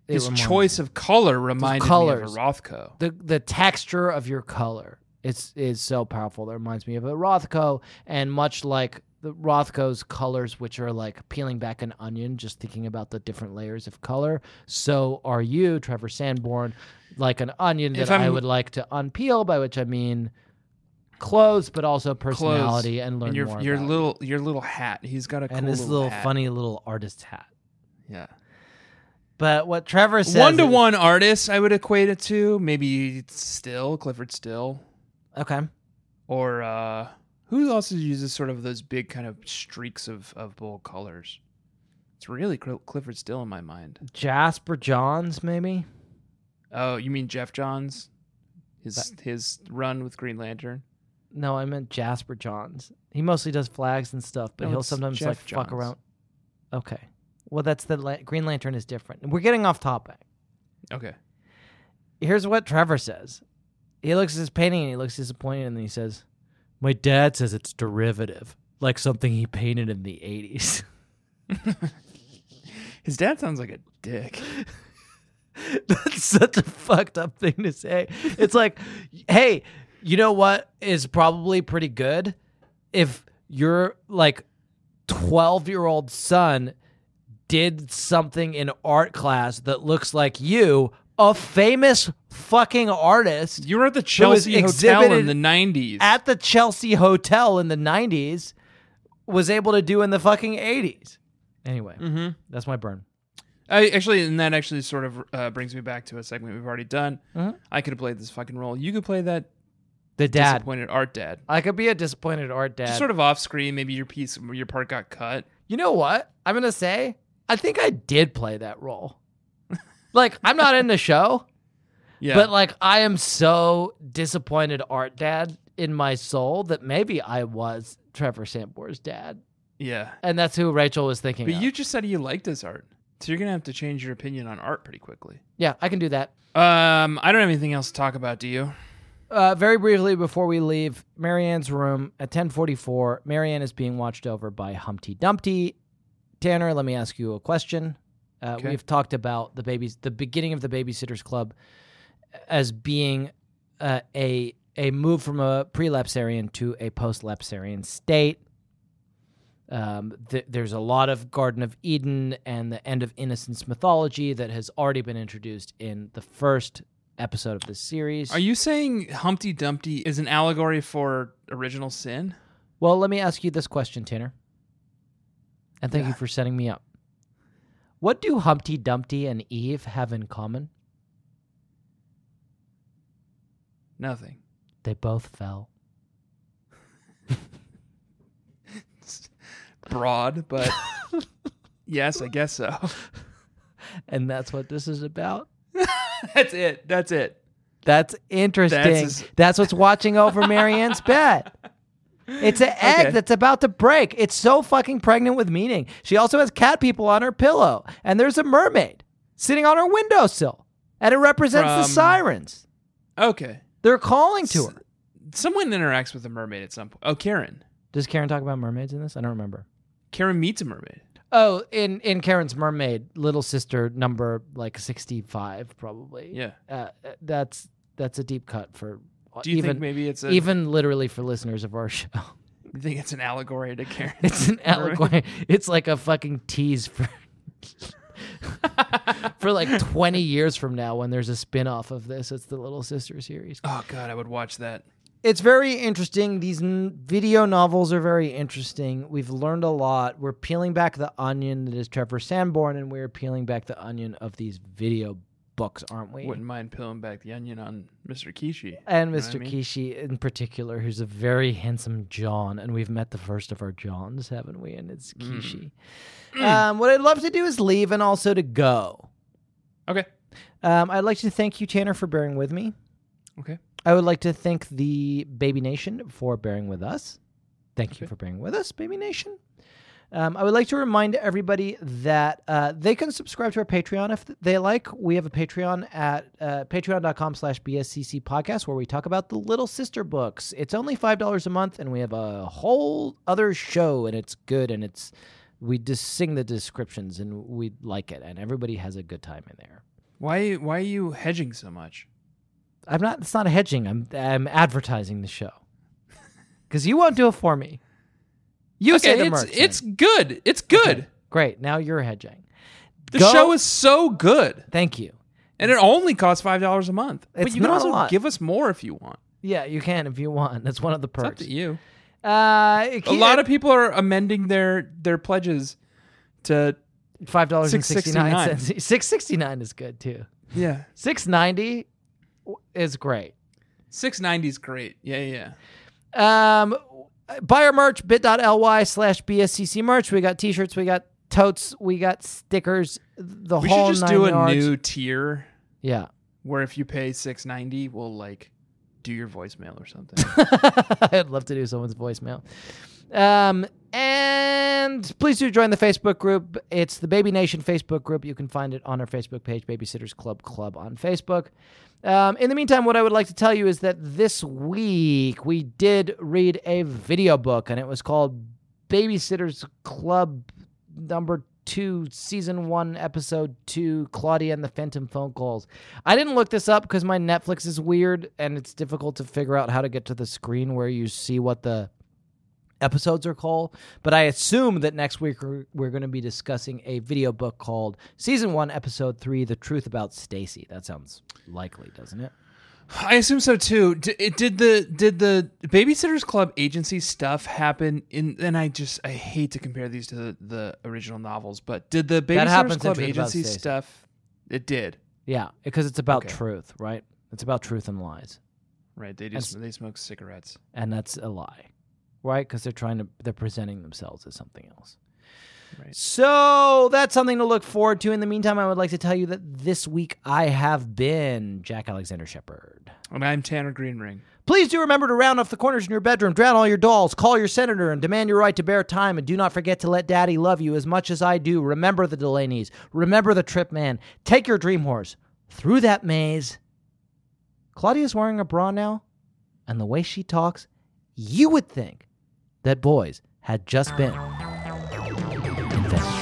Speaker 3: It
Speaker 4: his
Speaker 3: reminds
Speaker 4: choice of color
Speaker 3: The
Speaker 4: reminded me
Speaker 3: colors.
Speaker 4: of a Rothko.
Speaker 3: The the texture of your color it's is so powerful. That reminds me of a Rothko, and much like the Rothko's colors, which are like peeling back an onion, just thinking about the different layers of color. So are you, Trevor Sanborn, like an onion
Speaker 4: If
Speaker 3: that I
Speaker 4: I'm-
Speaker 3: would like to unpeel. By which I mean clothes, but also
Speaker 4: Clothes
Speaker 3: personality, and learn
Speaker 4: your,
Speaker 3: more.
Speaker 4: Your
Speaker 3: about.
Speaker 4: little your little hat. He's got a cool
Speaker 3: and this
Speaker 4: little,
Speaker 3: little
Speaker 4: hat.
Speaker 3: funny little artist hat.
Speaker 4: Yeah.
Speaker 3: But what Trevor says
Speaker 4: One to
Speaker 3: is-
Speaker 4: one artist, I would equate it to maybe Still Clifford Still
Speaker 3: Okay.
Speaker 4: or uh, Who also uses sort of those big kind of streaks of, of bold colors? It's really Cl- Clifford Still in my mind.
Speaker 3: Jasper Johns, maybe.
Speaker 4: Oh, you mean Jeff Johns? His his run with Green Lantern.
Speaker 3: No, I meant Jasper Johns. He mostly does flags and stuff, but
Speaker 4: No,
Speaker 3: he'll
Speaker 4: it's
Speaker 3: sometimes
Speaker 4: Jeff
Speaker 3: like fuck
Speaker 4: Johns.
Speaker 3: around. Okay. Well, that's the la- Green Lantern is different. We're getting off topic.
Speaker 4: Okay.
Speaker 3: Here's what Trevor says. He looks at his painting and he looks disappointed and then he says, "My dad says it's derivative, like something he painted in the '80s."
Speaker 4: His dad sounds like a dick.
Speaker 3: That's such a fucked up thing to say. It's like, hey, you know what is probably pretty good if your like 12 year old son did something in art class that looks like you, a famous fucking artist.
Speaker 4: You were at the Chelsea Hotel in the '90s.
Speaker 3: At the Chelsea Hotel in the 90s was able to do in the fucking 80s. Anyway,
Speaker 4: Mhm.
Speaker 3: that's my burn.
Speaker 4: I actually, and that actually sort of uh, brings me back to a segment we've already done.
Speaker 3: Mhm.
Speaker 4: I could have played this fucking role. You could play that.
Speaker 3: The dad.
Speaker 4: disappointed art dad.
Speaker 3: I could be a disappointed art dad.
Speaker 4: Just sort of off screen. Maybe your piece, your part got cut.
Speaker 3: You know what? I'm gonna say I think I did play that role. like I'm not in the show,
Speaker 4: Yeah.
Speaker 3: but like I am so disappointed, art dad, in my soul that maybe I was Trevor Sambor's dad,
Speaker 4: yeah.
Speaker 3: and that's who Rachel was thinking.
Speaker 4: But
Speaker 3: of.
Speaker 4: you just said you liked his art, so you're gonna have to change your opinion on art pretty quickly.
Speaker 3: yeah, I can do that.
Speaker 4: Um, I don't have anything else to talk about. Do you?
Speaker 3: Uh, very briefly before we leave Marianne's room at 10:44, Marianne is being watched over by Humpty Dumpty. Tanner, let me ask you a question. Uh,
Speaker 4: Okay.
Speaker 3: We've talked about the babies, the beginning of the Babysitters Club, as being uh, a a move from a prelapsarian to a postlapsarian state. Um, th- there's a lot of Garden of Eden and the End of Innocence mythology that has already been introduced in the first episode of this series.
Speaker 4: Are you saying Humpty Dumpty is an allegory for original sin?
Speaker 3: Well, let me ask you this question, Tanner. And thank you for setting me up. What do Humpty Dumpty and Eve have in common?
Speaker 4: Nothing.
Speaker 3: They both fell.
Speaker 4: Broad, but yes, I guess so.
Speaker 3: And that's what this is about.
Speaker 4: That's it. That's it.
Speaker 3: That's interesting.
Speaker 4: That's
Speaker 3: That's, what's watching over Marianne's bed. It's an egg
Speaker 4: Okay.
Speaker 3: that's about to break. It's so fucking pregnant with meaning. She also has cat people on her pillow, and there's a mermaid sitting on her windowsill, and it represents the
Speaker 4: From-
Speaker 3: sirens.
Speaker 4: Okay.
Speaker 3: They're calling to her.
Speaker 4: Someone interacts with a mermaid at some point. Oh, Karen.
Speaker 3: Does Karen talk about mermaids in this? I don't remember.
Speaker 4: Karen meets a mermaid.
Speaker 3: Oh, in in Karen's Mermaid, little sister number like sixty five, probably.
Speaker 4: Yeah.
Speaker 3: uh, that's that's a deep cut for. uh,
Speaker 4: Do you think
Speaker 3: even,
Speaker 4: maybe it's a-
Speaker 3: even literally for listeners of our show?
Speaker 4: You think it's an allegory to Karen?
Speaker 3: It's an allegory. It's like a fucking tease for for like twenty years from now when there's a spin off of this. It's the Little Sister series.
Speaker 4: Oh God, I would watch that.
Speaker 3: it's very interesting. These n- video novels are very interesting. We've learned a lot. We're peeling back the onion that is Trevor Sanborn, and we're peeling back the onion of these video books, aren't we?
Speaker 4: Wouldn't mind peeling back the onion on Mr. Kishi
Speaker 3: and
Speaker 4: You know what I
Speaker 3: Mr.
Speaker 4: mean?
Speaker 3: Kishi in particular, who's a very handsome John, and we've met the first of our Johns, haven't we? And it's
Speaker 4: Mm-hmm.
Speaker 3: Kishi. Um, what I'd love to do is leave and also to go.
Speaker 4: Okay.
Speaker 3: Um, I'd like to thank you, Tanner, for bearing with me.
Speaker 4: Okay.
Speaker 3: I would like to thank the Baby Nation for bearing with us. Thank you for bearing with us, Baby Nation. Um, I would like to remind everybody that uh, they can subscribe to our Patreon if they like. We have a Patreon at uh, patreon.com slash BSCC podcast where we talk about the Little Sister books. It's only $5 a month and we have a whole other show and it's good and it's we just sing the descriptions and we like it and everybody has a good time in there.
Speaker 4: Why? Why are you hedging so much?
Speaker 3: I'm not. It's not hedging. I'm. I'm advertising the show. Because you won't do it for me. You say the
Speaker 4: it's,
Speaker 3: merch.
Speaker 4: It's good. It's good.
Speaker 3: Great. Now you're hedging.
Speaker 4: The
Speaker 3: Go-
Speaker 4: show is so good.
Speaker 3: Thank you.
Speaker 4: And it only costs five dollars a month. but
Speaker 3: It's
Speaker 4: you can
Speaker 3: not a
Speaker 4: also
Speaker 3: lot.
Speaker 4: give us more if you want.
Speaker 3: Yeah, you can if you want. That's one of the
Speaker 4: It's up
Speaker 3: perks.
Speaker 4: to you.
Speaker 3: Uh, it
Speaker 4: A
Speaker 3: keep-
Speaker 4: lot of people are amending their their pledges to
Speaker 3: five dollars and sixty nine
Speaker 4: $6.69.
Speaker 3: cents. Six sixty nine is good too.
Speaker 4: Yeah.
Speaker 3: Six ninety is great.
Speaker 4: Six ninety is great. Yeah, yeah.
Speaker 3: Um, Uh, Buy our merch, bit.ly slash BSCC merch. We got t shirts, we got totes, we got stickers, the
Speaker 13: we
Speaker 3: whole
Speaker 13: should just
Speaker 3: nine
Speaker 13: do a
Speaker 3: yards.
Speaker 13: new tier.
Speaker 3: Yeah.
Speaker 13: Where if you pay six ninety, we'll like do your voicemail or something.
Speaker 3: I'd love to do someone's voicemail. Um, and please do join the Facebook group. It's the Baby Nation Facebook group. You can find it on our Facebook page, Babysitters Club Club on Facebook. Um, in the meantime, what I would like to tell you is that this week we did read a video book, and it was called Babysitters Club Number Two, Season One, Episode Two: Claudia and the Phantom Phone Calls. I didn't look this up because my Netflix is weird, and it's difficult to figure out how to get to the screen where you see what the episodes are called. But I assume that next week we're, we're going to be discussing a video book called Season 1, Episode 3 The Truth About Stacy. That sounds likely, doesn't it?
Speaker 13: I assume so too. D- it did the did the Babysitters Club agency stuff happen in? And I just I hate to compare these to the, the original novels, but did the
Speaker 3: That happens
Speaker 13: Babysitters
Speaker 3: in
Speaker 13: Club
Speaker 3: Truth About
Speaker 13: agency
Speaker 3: Stacy.
Speaker 13: stuff? It did.
Speaker 3: Yeah, because it's about
Speaker 13: Okay.
Speaker 3: truth, right? It's about truth and lies.
Speaker 13: Right. They just they smoke cigarettes.
Speaker 3: And that's a lie, right? Because they're trying to, they're presenting themselves as something else. So that's something to look forward to. In the meantime, I would like to tell you that this week I have been Jack Alexander Shepard.
Speaker 13: And I'm Tanner Greenring.
Speaker 3: Please do remember to round off the corners in your bedroom, drown all your dolls, call your senator, and demand your right to bear time. And do not forget to let daddy love you as much as I do. Remember the Delaney's. Remember the trip man. Take your dream horse through that maze. Claudia's wearing a bra now, and the way she talks, you would think that boys had just been. infested.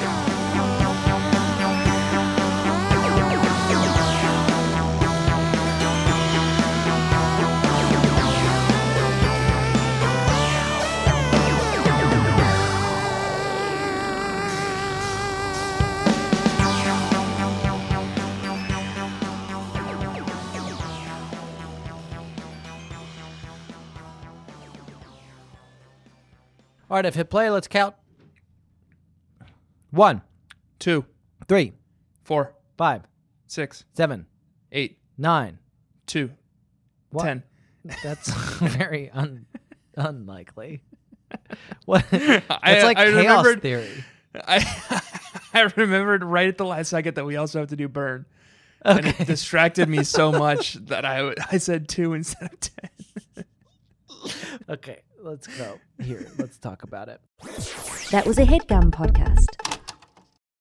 Speaker 3: All right, I've hit play. Let's count. One,
Speaker 13: two,
Speaker 3: three,
Speaker 13: four,
Speaker 3: five,
Speaker 13: six,
Speaker 3: seven,
Speaker 13: eight,
Speaker 3: nine,
Speaker 13: two,
Speaker 3: What?
Speaker 13: ten.
Speaker 3: That's very un- unlikely. What?
Speaker 13: I-
Speaker 3: It's like chaos
Speaker 13: remembered-
Speaker 3: theory.
Speaker 13: I I remembered right at the last second that we also have to do burn. And it distracted me so much that I I said two instead of ten.
Speaker 3: Okay, let's go. Here, let's talk about it.
Speaker 18: That was a headgum podcast.